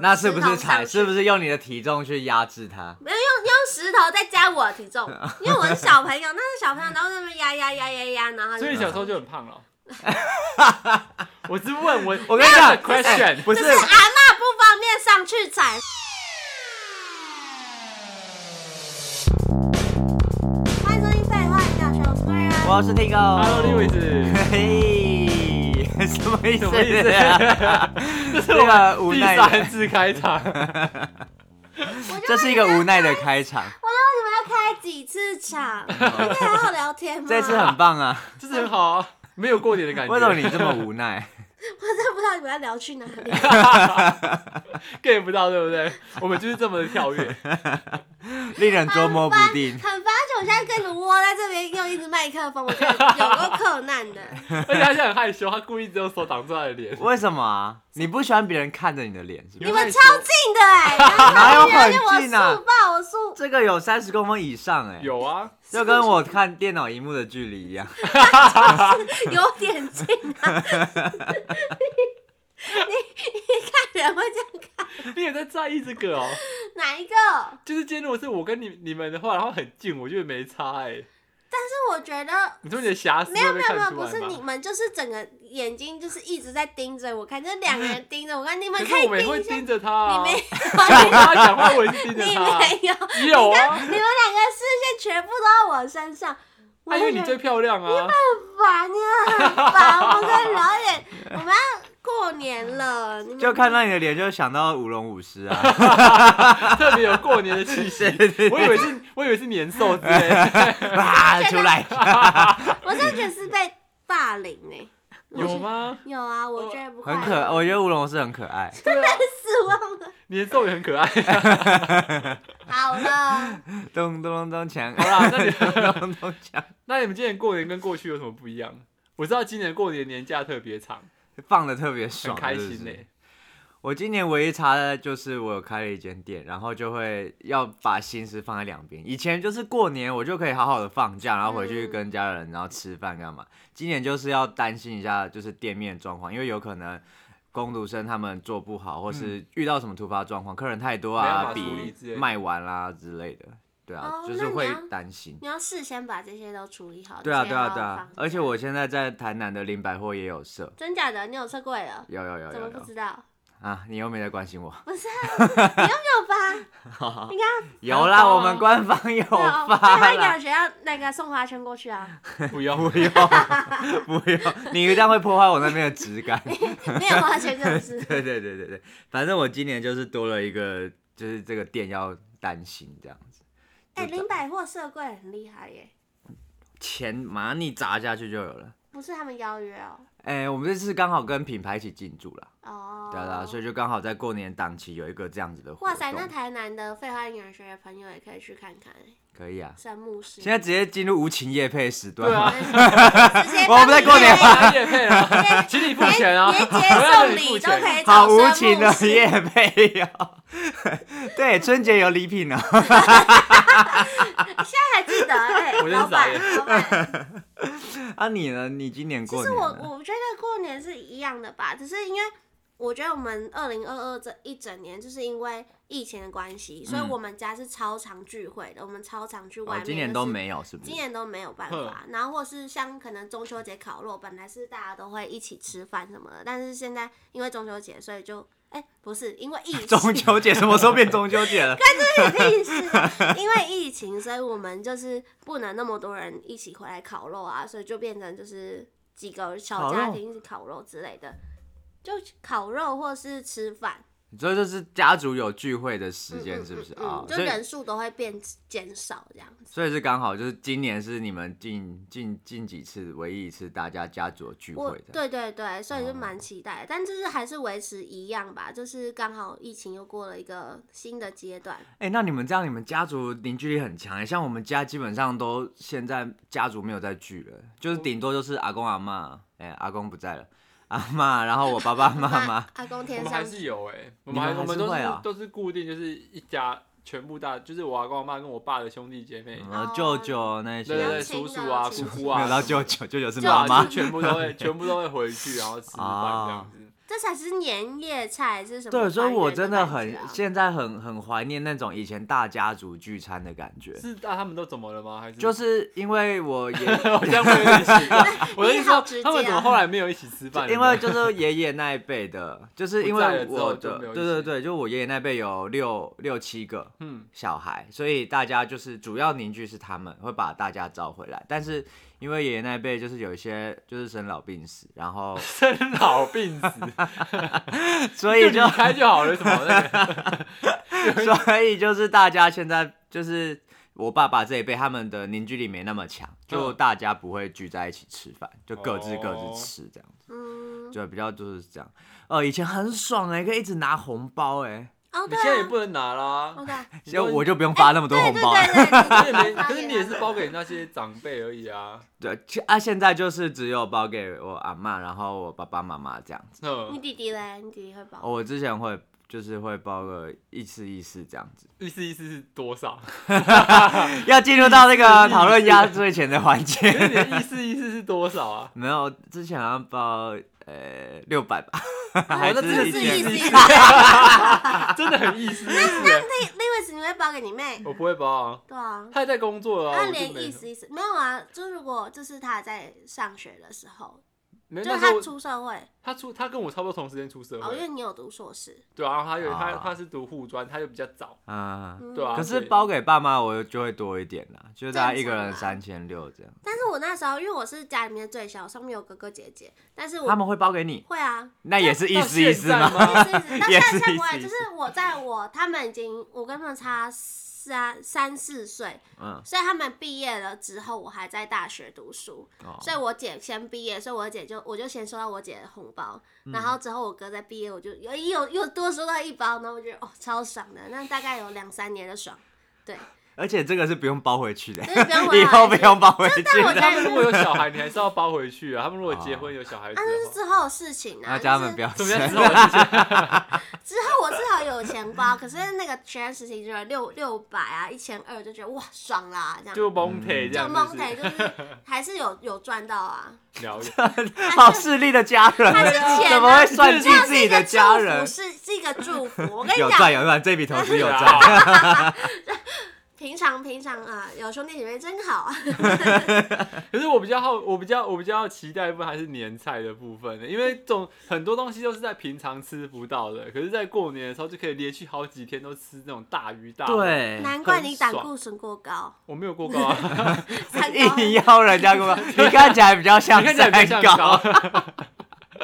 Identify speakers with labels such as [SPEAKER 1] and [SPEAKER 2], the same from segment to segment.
[SPEAKER 1] 那是不
[SPEAKER 2] 石
[SPEAKER 1] 是
[SPEAKER 2] 头上
[SPEAKER 1] 踩？
[SPEAKER 2] 去
[SPEAKER 1] 是不是用你的体重去压制它？
[SPEAKER 2] 没有用用石头再加我的体 重，因为我是小朋友，那是小朋友，然后在那边压压压压压，然后他就
[SPEAKER 1] 嗯
[SPEAKER 3] 所以小时候就很胖了。 我是问我，
[SPEAKER 1] 我跟你讲
[SPEAKER 3] question
[SPEAKER 1] 哎不是
[SPEAKER 2] 就是阿嬷不方便上去踩。 欢迎收听废话营养学，我是贵人。
[SPEAKER 1] 我要是听哦。
[SPEAKER 3] Hello，立伟子，
[SPEAKER 1] 嘿，什么意思？
[SPEAKER 3] 什么 意思？这是
[SPEAKER 1] 这个
[SPEAKER 3] 我
[SPEAKER 1] 无
[SPEAKER 3] 第
[SPEAKER 1] 奈
[SPEAKER 3] 三次开场，
[SPEAKER 2] 我就
[SPEAKER 1] 这是一个无奈的开场，
[SPEAKER 2] 我就问你们要开几次 场？你可以好好聊天吗？
[SPEAKER 1] 这次很棒啊！
[SPEAKER 3] 这是很好啊，没有过年的感觉。
[SPEAKER 1] 为什么你这么无 奈？
[SPEAKER 2] 我真的不知道你们要聊去哪 里。
[SPEAKER 3] get 不到，对不对？我们就是这么的 跳跃。
[SPEAKER 1] 令人捉摸不定
[SPEAKER 2] 很。烦，很烦，而且我现在跟你们窝在这边，用一支麦克风，我觉得有够困难的。
[SPEAKER 3] 而且他现在很害羞，他故意只有手挡住他的脸。
[SPEAKER 1] 为什么啊？你不喜欢别人看着你的脸是
[SPEAKER 3] 你
[SPEAKER 1] 吗？
[SPEAKER 2] 你们超近的 哎、欸，
[SPEAKER 1] 哪有
[SPEAKER 2] 然后
[SPEAKER 1] 很
[SPEAKER 2] 就我
[SPEAKER 1] 近啊
[SPEAKER 2] 速报，我速，
[SPEAKER 1] 这个有三十公分以上哎、
[SPEAKER 3] 有啊，
[SPEAKER 1] 就跟我看电脑荧幕的距离一样。
[SPEAKER 2] 有点近啊。 你你看人会这样看
[SPEAKER 3] 你也在在意这个哦。
[SPEAKER 2] 哪一个？
[SPEAKER 3] 就是今天如果是我跟你你们的话，然后很近，我觉得没差哎。
[SPEAKER 2] 是我觉得。
[SPEAKER 3] 你说你的瑕疵
[SPEAKER 2] 没有
[SPEAKER 3] 会
[SPEAKER 2] 没
[SPEAKER 3] 被
[SPEAKER 2] 有没有，
[SPEAKER 3] 看出
[SPEAKER 2] 不
[SPEAKER 3] 来
[SPEAKER 2] 是你
[SPEAKER 3] 吗？
[SPEAKER 2] 们，就是整个眼睛就是一直在盯着我看，就是两个人盯着我看，你们
[SPEAKER 3] 可
[SPEAKER 2] 可以
[SPEAKER 3] 是我们也
[SPEAKER 2] 盯
[SPEAKER 3] 会
[SPEAKER 2] 一下，
[SPEAKER 3] 盯着他啊。
[SPEAKER 2] 你没
[SPEAKER 3] 我跟他讲话，我也是盯
[SPEAKER 2] 你没
[SPEAKER 3] 着 他
[SPEAKER 2] 有，
[SPEAKER 3] 啊。
[SPEAKER 2] 你们
[SPEAKER 3] 有啊，
[SPEAKER 2] 两个视线全部都在我身上，我
[SPEAKER 3] 他以
[SPEAKER 2] 就
[SPEAKER 3] 为
[SPEAKER 2] 觉
[SPEAKER 3] 哎你
[SPEAKER 2] 得
[SPEAKER 3] 最漂亮啊。
[SPEAKER 2] 烦呀，很烦。我们可以聊一点，我们要过年了，你们
[SPEAKER 1] 就看到你的脸，就想到舞龙舞狮啊！
[SPEAKER 3] 特别有过年的气息。 我以为是，我以为是年兽之类 的，
[SPEAKER 1] 啊，出 来！
[SPEAKER 2] 我真的觉得是被霸凌哎、
[SPEAKER 3] 有吗？
[SPEAKER 2] 有啊，我觉得不快
[SPEAKER 1] 很可， 我觉得舞龙是很可爱。
[SPEAKER 3] 对啊，
[SPEAKER 2] 失望哦了。
[SPEAKER 3] 年兽也很可爱。
[SPEAKER 2] 好了，
[SPEAKER 1] 咚咚咚咚锵，
[SPEAKER 3] 好啦，那 你
[SPEAKER 1] 咚咚咚锵，
[SPEAKER 3] 那你们今年过年跟过去有什么不一样？我知道今年过年年假特别长，
[SPEAKER 1] 放的特别
[SPEAKER 3] 很
[SPEAKER 1] 爽，
[SPEAKER 3] 开
[SPEAKER 1] 是不
[SPEAKER 3] 心
[SPEAKER 1] 是
[SPEAKER 3] 欸呢、
[SPEAKER 1] 我今年唯一差的就是我有开了一间店，然后就会要把心思放在两边。以前就是过年我就可以好好的放假，然后回去跟家人，然后吃饭干嘛。今年就是要担心一下，就是店面状况，因为有可能工读生他们做不好，或是遇到什么突发状况，客人太多
[SPEAKER 3] 嗯没办
[SPEAKER 1] 啊，
[SPEAKER 3] 法处
[SPEAKER 1] 比
[SPEAKER 3] 理之类的
[SPEAKER 1] 卖完啦、之类的，对啊，
[SPEAKER 2] 哦
[SPEAKER 1] 就是
[SPEAKER 2] 那你
[SPEAKER 1] 会
[SPEAKER 2] 要
[SPEAKER 1] 担心。
[SPEAKER 2] 你要事先把这些都处理好。
[SPEAKER 1] 对啊，
[SPEAKER 2] 直接
[SPEAKER 1] 对啊，
[SPEAKER 2] 好好
[SPEAKER 1] 对啊
[SPEAKER 2] 放！
[SPEAKER 1] 而且我现在在台南的林百货也有设，
[SPEAKER 2] 真假的，你有测过了？
[SPEAKER 1] 有有有
[SPEAKER 2] 怎么
[SPEAKER 1] 有
[SPEAKER 2] 不
[SPEAKER 1] 有
[SPEAKER 2] 知道？
[SPEAKER 1] 啊！你又没在关心我。
[SPEAKER 2] 不是、啊， 你又没有发，你看，
[SPEAKER 1] 有啦，
[SPEAKER 3] 发
[SPEAKER 1] 我们官方有
[SPEAKER 2] 对哦，
[SPEAKER 1] 发
[SPEAKER 2] 那
[SPEAKER 1] 啦
[SPEAKER 2] 感。觉要那个送花圈过去啊，
[SPEAKER 3] 不用，
[SPEAKER 1] 不用，不用，你这样会破坏我那边的质感。
[SPEAKER 2] 没有花圈真的 是。
[SPEAKER 1] 对对对对对，反正我今年就是多了一个，就是这个店要担心这样子。
[SPEAKER 2] 哎、
[SPEAKER 1] 就
[SPEAKER 2] 林百货社柜很厉害耶，
[SPEAKER 1] 钱马上你砸下去就有了。
[SPEAKER 2] 不是他们邀约哦。
[SPEAKER 1] 哎、我们这次刚好跟品牌一起进驻了，
[SPEAKER 2] 哦，
[SPEAKER 1] 对啊对啊，所以就刚好在过年档期有一个这样子的活动。
[SPEAKER 2] 哇塞，那台南的废话营养学的朋友也可以去看看、欸，
[SPEAKER 1] 可以啊！
[SPEAKER 2] 神牧师。
[SPEAKER 1] 现在直接进入无情夜配时段。
[SPEAKER 3] 对啊
[SPEAKER 2] 直接
[SPEAKER 1] 我们在过年
[SPEAKER 3] 啊，叶配啊，
[SPEAKER 2] 连
[SPEAKER 3] 请你付钱啊，
[SPEAKER 2] 连
[SPEAKER 3] 我
[SPEAKER 2] 节
[SPEAKER 3] 要
[SPEAKER 2] 送
[SPEAKER 3] 你付
[SPEAKER 2] 礼都
[SPEAKER 3] 钱
[SPEAKER 2] 可以
[SPEAKER 1] 好
[SPEAKER 2] 找
[SPEAKER 1] 无
[SPEAKER 2] 神
[SPEAKER 1] 情啊的
[SPEAKER 2] 牧师，
[SPEAKER 1] 夜配哟、 对，春节有礼品哦。
[SPEAKER 2] 现在还记 得哎、
[SPEAKER 3] 我真
[SPEAKER 2] 老
[SPEAKER 3] 是傻
[SPEAKER 2] 板
[SPEAKER 3] 眼
[SPEAKER 2] 老板。
[SPEAKER 1] 啊，你呢？你今年
[SPEAKER 2] 其
[SPEAKER 1] 过
[SPEAKER 2] 实
[SPEAKER 1] 年
[SPEAKER 2] 我
[SPEAKER 1] 呢哦
[SPEAKER 2] 我觉得过年是一样的吧，只是因为我觉得我们二零二二这一整年就是因为疫情的关系，所以
[SPEAKER 1] 嗯
[SPEAKER 2] 我们家是超常聚会的，我们超常去外
[SPEAKER 1] 哦
[SPEAKER 2] 面，，
[SPEAKER 1] 今年都。没有，是不是
[SPEAKER 2] 今？ 年都没有办法，
[SPEAKER 1] 嗯
[SPEAKER 2] 然后或是像可能中秋节烤肉，本来是大家都会一起吃饭什么的，但是现在因为中秋节，所以就哎、不是因为疫情，
[SPEAKER 1] 中秋节什么时候变中秋节 了？
[SPEAKER 2] 意思，因为疫情，所以我们就是不能那么多人一起回来烤肉啊，所以就变成就是几个小家庭一起烤肉之类的，就烤肉或是吃饭，
[SPEAKER 1] 所以就是家族有聚会的时间，
[SPEAKER 2] 嗯
[SPEAKER 1] 是不是
[SPEAKER 2] 嗯嗯
[SPEAKER 1] 啊？
[SPEAKER 2] 就
[SPEAKER 1] 所以
[SPEAKER 2] 人数都会变减少这样子。
[SPEAKER 1] 所以是刚好就是今年是你们近近近几次唯一一次大家家族聚
[SPEAKER 2] 我
[SPEAKER 1] 会的。
[SPEAKER 2] 对对对，所以就
[SPEAKER 1] 哦
[SPEAKER 2] 蛮期待的，但就是还是维持一样吧，就是刚好疫情又过了一个新的阶段，
[SPEAKER 1] 哎、那你们这样，你们家族凝聚力很强、欸。像我们家基本上都现在家族没有在聚了，就是顶多就是阿公阿妈，哎、阿公不在了，阿妈，然后我爸爸妈
[SPEAKER 2] 那
[SPEAKER 1] 妈。
[SPEAKER 2] 阿公
[SPEAKER 3] 我
[SPEAKER 2] 天
[SPEAKER 3] 们
[SPEAKER 2] 上
[SPEAKER 3] 还是有哎、我
[SPEAKER 1] 你
[SPEAKER 3] 们还
[SPEAKER 1] 们还
[SPEAKER 3] 我们
[SPEAKER 1] 是
[SPEAKER 3] 都
[SPEAKER 1] 会
[SPEAKER 3] 是
[SPEAKER 1] 啊
[SPEAKER 3] 都是固定，就是一家全部大，就是我阿公阿妈跟我爸的兄弟姐妹，
[SPEAKER 1] 呃，舅舅那些，
[SPEAKER 3] 对对对，叔叔啊、
[SPEAKER 2] 亲
[SPEAKER 3] 姑
[SPEAKER 2] 戚
[SPEAKER 3] 姑
[SPEAKER 1] 没
[SPEAKER 3] 啊
[SPEAKER 1] 有，到舅舅，舅舅是
[SPEAKER 2] 舅舅
[SPEAKER 1] 妈
[SPEAKER 3] 啊，
[SPEAKER 1] 妈
[SPEAKER 3] 就。是全部都会全部都会回去，然后吃饭这样子。
[SPEAKER 2] 这才是年夜菜是什么团
[SPEAKER 1] 对，
[SPEAKER 2] 圆感觉
[SPEAKER 1] 所
[SPEAKER 2] 啊？
[SPEAKER 1] 以我真的很现在很很怀念那种以前大家族聚餐的感觉，
[SPEAKER 3] 是啊，他们都怎么了吗？还是
[SPEAKER 1] 就是因为我爷
[SPEAKER 3] 我这样会有点奇怪。我的意思
[SPEAKER 2] 好
[SPEAKER 3] 说
[SPEAKER 2] 直，接啊
[SPEAKER 3] 他们怎么后来没有一起吃饭？
[SPEAKER 1] 因为就是爷爷那一辈 的，就是因
[SPEAKER 3] 不在
[SPEAKER 1] 为
[SPEAKER 3] 了之后
[SPEAKER 1] 我
[SPEAKER 3] 就
[SPEAKER 1] 的，
[SPEAKER 3] 没有
[SPEAKER 1] 对
[SPEAKER 3] 一
[SPEAKER 1] 对
[SPEAKER 3] 起
[SPEAKER 1] 对，就我爷爷那辈有六六七个
[SPEAKER 3] 嗯，
[SPEAKER 1] 小孩，所以大家就是主要凝聚是他们会把大家招回来，但是因为爷爷那一辈就是有一些就是生老病死，然 后
[SPEAKER 3] 生老病死，
[SPEAKER 1] 所
[SPEAKER 3] 就
[SPEAKER 1] 以
[SPEAKER 3] 离
[SPEAKER 1] 就
[SPEAKER 3] 开就好了，什么那个
[SPEAKER 1] 所以就是大家现在就是我爸爸这一辈，他们的凝聚力没那么强，就
[SPEAKER 3] 嗯
[SPEAKER 1] 大家不会聚在一起吃饭，就各自各
[SPEAKER 3] 哦
[SPEAKER 1] 自吃这样子，
[SPEAKER 2] 嗯，
[SPEAKER 1] 就比较就是这样。呃，以前很爽哎、可以一直拿红包哎、
[SPEAKER 2] 哦
[SPEAKER 3] 你
[SPEAKER 2] 对
[SPEAKER 3] 现在也
[SPEAKER 2] 啊，
[SPEAKER 3] 不能拿啦
[SPEAKER 2] 哦。对 啊，
[SPEAKER 1] 所以我就不用发那么多
[SPEAKER 2] 对
[SPEAKER 1] 红
[SPEAKER 2] 对
[SPEAKER 1] 包了。
[SPEAKER 2] 对对
[SPEAKER 3] 你也没
[SPEAKER 2] 对，
[SPEAKER 3] 可是你也是包给那些长辈而已啊。
[SPEAKER 1] 对，其啊，现在就是只有包给我阿嬷，然后我爸爸妈妈这样子。
[SPEAKER 2] 你
[SPEAKER 3] 嗯，
[SPEAKER 2] 弟弟嘞？你弟弟会包？
[SPEAKER 1] 哦我之前会就是会包个一次一次这样子。
[SPEAKER 3] 意思意思是多少？
[SPEAKER 1] 要进入到那个
[SPEAKER 3] 一次
[SPEAKER 1] 讨论压岁钱的环
[SPEAKER 3] 可是
[SPEAKER 1] 节，
[SPEAKER 3] 你的意思意思是多少啊？
[SPEAKER 1] 没有，之前好像包呃六百吧，
[SPEAKER 3] 好
[SPEAKER 1] 还
[SPEAKER 3] 那
[SPEAKER 1] 是
[SPEAKER 3] 真的
[SPEAKER 2] 一
[SPEAKER 3] 是
[SPEAKER 2] 次
[SPEAKER 1] 千
[SPEAKER 2] 一次
[SPEAKER 3] 意
[SPEAKER 2] 一
[SPEAKER 3] 思
[SPEAKER 2] 次，
[SPEAKER 3] 真的很意思意思欸。
[SPEAKER 2] 啊 那 Lewis 你会包给你妹？
[SPEAKER 3] 我不会包啊，
[SPEAKER 2] 对啊，
[SPEAKER 3] 他也在工作了啊。
[SPEAKER 2] 他
[SPEAKER 3] 我就
[SPEAKER 2] 连
[SPEAKER 3] 没
[SPEAKER 2] 意思意思没有啊，就如果就是他在上学的时候，
[SPEAKER 3] 没，
[SPEAKER 2] 就
[SPEAKER 3] 哎那
[SPEAKER 2] 是
[SPEAKER 3] 时候
[SPEAKER 2] 他
[SPEAKER 3] 我
[SPEAKER 2] 出社会，
[SPEAKER 3] 他出他跟我差不多同时间出社
[SPEAKER 2] 哦，因为
[SPEAKER 3] 会，
[SPEAKER 2] 你有读硕士，
[SPEAKER 3] 对啊，然后他有他
[SPEAKER 1] 啊
[SPEAKER 3] 他是读护专，他就比较早，
[SPEAKER 1] 啊。
[SPEAKER 2] 嗯
[SPEAKER 3] 对啊
[SPEAKER 1] 可是
[SPEAKER 3] 对
[SPEAKER 1] 包给爸妈，我就会多一点啦，就是大家一个人
[SPEAKER 2] 正常啦
[SPEAKER 1] 三千六这样。
[SPEAKER 2] 但是我那时候因为我是家里面最小，上面有哥哥姐姐，但是我
[SPEAKER 1] 他们会包给你，
[SPEAKER 2] 会 啊，
[SPEAKER 1] 那也是意思
[SPEAKER 3] 到
[SPEAKER 1] 意
[SPEAKER 3] 现
[SPEAKER 1] 思
[SPEAKER 3] 在
[SPEAKER 1] 吗？
[SPEAKER 3] 吗？
[SPEAKER 2] 但是
[SPEAKER 1] 也是
[SPEAKER 2] 但是不
[SPEAKER 1] 意
[SPEAKER 2] 会，就
[SPEAKER 1] 思
[SPEAKER 2] 是我在我他们已经我跟他们差三三四岁，
[SPEAKER 1] 嗯，
[SPEAKER 2] 所以他们毕业了之后，我还在大学读书，
[SPEAKER 1] 哦，
[SPEAKER 2] 所以我姐先毕业，所以我姐就我就先收到我姐的红包，
[SPEAKER 1] 嗯
[SPEAKER 2] 然后之后我哥再毕业，我就又又又多收到一包，然后我觉得哦超爽的，那大概有两三年的爽，对，
[SPEAKER 1] 而且这个是不用包回去的，
[SPEAKER 2] 就是不用回
[SPEAKER 1] 以
[SPEAKER 2] 来
[SPEAKER 1] 后不用包回
[SPEAKER 2] 但嗯我
[SPEAKER 1] 去。
[SPEAKER 2] 觉
[SPEAKER 3] 他们如
[SPEAKER 2] 得
[SPEAKER 3] 果有小孩，你还是要包回去啊。他们如果结婚有小孩子
[SPEAKER 2] 啊，那是
[SPEAKER 3] 的
[SPEAKER 2] 之后的事情
[SPEAKER 1] 那
[SPEAKER 2] 啊，
[SPEAKER 1] 家
[SPEAKER 2] 就
[SPEAKER 1] 人们
[SPEAKER 2] 是
[SPEAKER 1] 不要
[SPEAKER 3] 话，怎么样？
[SPEAKER 1] 生
[SPEAKER 3] 之后的事情
[SPEAKER 2] 之后我至少有钱包， 可是那个全实习就是六六百啊，一千二就觉得哇爽啦，这样
[SPEAKER 3] 就
[SPEAKER 1] 嗯
[SPEAKER 3] 蒙腿这
[SPEAKER 2] 就
[SPEAKER 3] 样，
[SPEAKER 2] 蒙
[SPEAKER 3] 腿
[SPEAKER 2] 腿就是还是有 有赚到啊，
[SPEAKER 3] 了解。
[SPEAKER 1] 好势利的家人
[SPEAKER 2] 他是钱啊，
[SPEAKER 1] 怎么会算计自己的家
[SPEAKER 2] 这
[SPEAKER 1] 人？
[SPEAKER 2] 是一个祝福是是一个祝福。我跟
[SPEAKER 1] 有
[SPEAKER 2] 你讲，
[SPEAKER 1] 赚有赚，这笔投资有赚。
[SPEAKER 3] 啊，
[SPEAKER 2] 平常平常啊，有兄弟姐妹真好啊。
[SPEAKER 3] 可是我比较好，我比较我比较期待的部分还是年菜的部分欸呢，因为这种很多东西都是在平常吃不到的，可是，在过年的时候就可以连续好几天都吃那种大鱼大肉。，
[SPEAKER 1] 对，
[SPEAKER 2] 难怪你胆
[SPEAKER 3] 很爽
[SPEAKER 2] 固醇过高，
[SPEAKER 3] 我没有过高啊，
[SPEAKER 2] 三高
[SPEAKER 1] 硬要人家 干嘛？你看起来比较像
[SPEAKER 3] 你看起来比较
[SPEAKER 1] 三
[SPEAKER 3] 像
[SPEAKER 1] 高
[SPEAKER 3] 高。。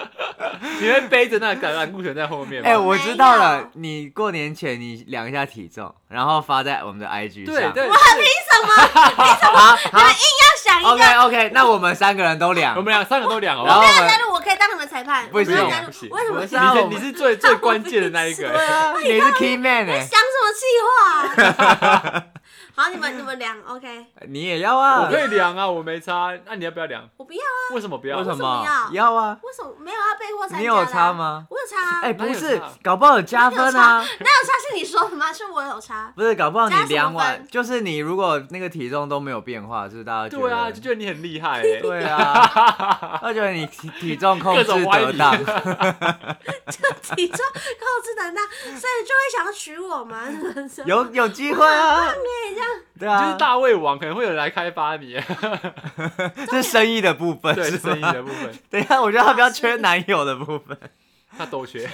[SPEAKER 3] 你会背着那个橄榄固醇在后面吗？
[SPEAKER 1] 哎、我知道
[SPEAKER 2] 没
[SPEAKER 1] 了
[SPEAKER 2] 有，
[SPEAKER 1] 你过年前你量一下体重，然后发在我们的 IG
[SPEAKER 3] 对
[SPEAKER 1] 上。啊
[SPEAKER 3] 对，
[SPEAKER 1] 好好
[SPEAKER 2] 要想 一
[SPEAKER 1] ，OK
[SPEAKER 2] 个，
[SPEAKER 1] OK，那我们三个人都量
[SPEAKER 3] 我。们俩三个都两，好不
[SPEAKER 1] 然
[SPEAKER 3] 好
[SPEAKER 1] 后？
[SPEAKER 2] 不
[SPEAKER 1] 我
[SPEAKER 2] 要加
[SPEAKER 1] 们，
[SPEAKER 2] 入，我可以当你们裁判。
[SPEAKER 1] 不行
[SPEAKER 2] 我要加入
[SPEAKER 3] 不行
[SPEAKER 2] 为什么
[SPEAKER 1] 不？是啊，我
[SPEAKER 3] 你
[SPEAKER 1] 们
[SPEAKER 3] 是你是最最关键的那一个、
[SPEAKER 2] 对啊，
[SPEAKER 1] 你是 Key Man 哎、
[SPEAKER 2] 想什么气话啊？ 好，你们你们量 OK，
[SPEAKER 1] 你也要啊
[SPEAKER 3] 我？可以量啊，我没差。那、你要不要量？
[SPEAKER 2] 我不要啊，
[SPEAKER 3] 为什么不要？
[SPEAKER 1] 为什
[SPEAKER 2] 么要
[SPEAKER 1] 要啊？
[SPEAKER 2] 为什么没有要被迫参加？
[SPEAKER 1] 你有差？吗？
[SPEAKER 2] 我有差啊，
[SPEAKER 1] 哎、
[SPEAKER 3] 哪
[SPEAKER 1] 不
[SPEAKER 3] 有
[SPEAKER 1] 是
[SPEAKER 3] 差，
[SPEAKER 1] 搞不好有加分啊。
[SPEAKER 2] 哪有差是你说的吗？是我有差。
[SPEAKER 1] 不是，搞不好你
[SPEAKER 2] 加什么
[SPEAKER 1] 量完
[SPEAKER 2] 分
[SPEAKER 1] 就是你如果那个体重都没有变化，是不是大家觉得
[SPEAKER 3] 对啊，就觉得你很厉害、欸。
[SPEAKER 1] 对啊， 他觉得你体体重控制得当，
[SPEAKER 3] 各
[SPEAKER 2] 体重控制能大，所以就会想要娶我 吗？
[SPEAKER 1] 有有机会啊，对
[SPEAKER 3] 你就
[SPEAKER 1] 啊
[SPEAKER 3] 是，大胃王，可能会有人来开发你。啊
[SPEAKER 1] 这是生意的部分，
[SPEAKER 3] 对，是生意
[SPEAKER 1] 吗
[SPEAKER 3] 的部分，
[SPEAKER 1] 等一下，啊我觉得他比较缺男友的部分。
[SPEAKER 3] 他都缺。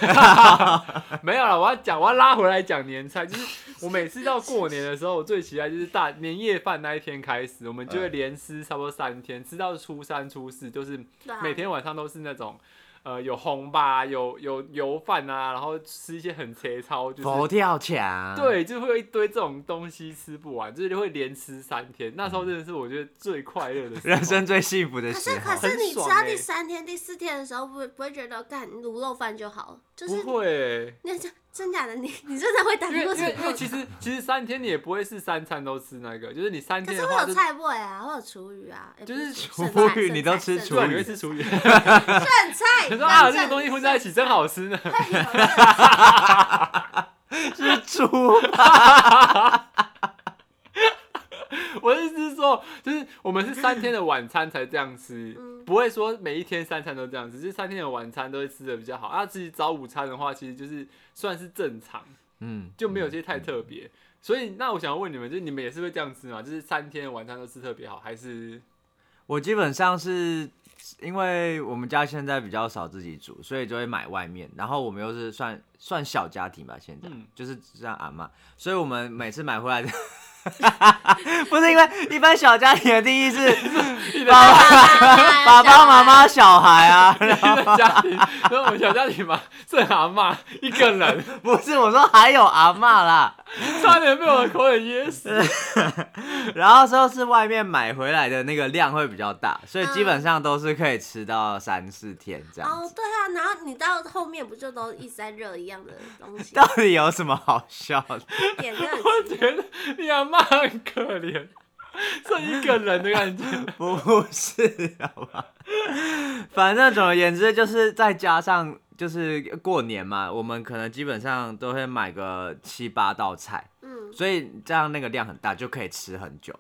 [SPEAKER 3] 没有了，我要讲，我要拉回来讲年菜，就是我每次到过年的时候，我最期待就是大年夜饭那一天开始，我们就会连吃差不多三天，吃到初三、初四，就是
[SPEAKER 2] 对啊
[SPEAKER 3] 每天晚上都是那种。呃，有红吧，有有油饭啊，然后吃一些很切操， 就是
[SPEAKER 1] 佛啊跳墙，，
[SPEAKER 3] 对，就会有一堆这种东西吃不完，就是会连吃三天。那时候真的是我觉得最快乐的
[SPEAKER 1] 嗯
[SPEAKER 3] 时候
[SPEAKER 1] 人生最幸福的
[SPEAKER 2] 可
[SPEAKER 1] 时
[SPEAKER 2] 是可
[SPEAKER 1] 候。
[SPEAKER 2] 是你吃
[SPEAKER 3] 很爽
[SPEAKER 2] 到
[SPEAKER 3] 欸
[SPEAKER 2] 第三天、第四天的时候，不会不会觉得干卤肉饭就好了，就是
[SPEAKER 3] 不会欸、
[SPEAKER 2] 那这真假的，你你真的会胆
[SPEAKER 3] 因为
[SPEAKER 2] 固
[SPEAKER 3] 因为因为
[SPEAKER 2] 醇
[SPEAKER 3] 其实其实三天你也不会是三餐都吃那个，就是你三
[SPEAKER 2] 可
[SPEAKER 3] 天
[SPEAKER 2] 是
[SPEAKER 3] 的
[SPEAKER 2] 会
[SPEAKER 3] 话
[SPEAKER 2] 有
[SPEAKER 3] 就
[SPEAKER 2] 菜味啊，会有厨余啊，欸
[SPEAKER 3] 就是
[SPEAKER 2] 不
[SPEAKER 1] 厨
[SPEAKER 2] 剩菜
[SPEAKER 1] 余
[SPEAKER 2] 剩
[SPEAKER 1] 你
[SPEAKER 2] 菜
[SPEAKER 1] 都吃
[SPEAKER 2] 剩
[SPEAKER 1] 厨余
[SPEAKER 3] 对，你
[SPEAKER 2] 菜
[SPEAKER 3] 会吃厨余，
[SPEAKER 2] 剩菜，
[SPEAKER 3] 你 说啊
[SPEAKER 2] 剩
[SPEAKER 3] 这个东西混在一起真好吃呢。
[SPEAKER 2] 会有剩
[SPEAKER 1] 是猪，
[SPEAKER 3] 我的意思是说，就是我们是三天的晚餐才这样吃
[SPEAKER 2] 嗯，
[SPEAKER 3] 不会说每一天三餐都这样，只是三天的晚餐都会吃的比较好。啊，至于早午餐的话，其实就是算是正常，
[SPEAKER 1] 嗯，
[SPEAKER 3] 就没有些太特别。所以那我想问你们，就是你们也是会这样吃吗？就是三天的晚餐都吃特别好，还 是
[SPEAKER 1] 我基本上是因为我们家现在比较少自己煮，所以就会买外面。然后我们又是算算小家庭吧，现在、
[SPEAKER 3] 嗯
[SPEAKER 1] 就是像阿妈，所以我们每次买回来的。 不是因为一般小家庭的定义是爸爸、爸
[SPEAKER 2] 爸
[SPEAKER 1] 爸妈妈、小孩啊，
[SPEAKER 3] 一个家庭？那我们小家庭嘛，剩阿嬷一个人，
[SPEAKER 1] 不是我说还有阿妈啦，
[SPEAKER 3] 差点被我的口水噎死。
[SPEAKER 1] 然后就是外面买回来的那个量会比较大，所以基本上都是可以吃到三四天这样
[SPEAKER 2] 哦
[SPEAKER 1] 子。，
[SPEAKER 2] 对啊，然后你到后面不就都一直在热一样的东 西，
[SPEAKER 1] 到底有什么好笑的？
[SPEAKER 2] 点热
[SPEAKER 3] 我觉得你阿嬷很可怜，剩一个人的感觉。
[SPEAKER 1] 不是，好吧。反正总而言之，就是再加上就是过年嘛，我们可能基本上都会买个七八道菜，
[SPEAKER 2] 嗯，
[SPEAKER 1] 所以这样那个量很大，就可以吃很久。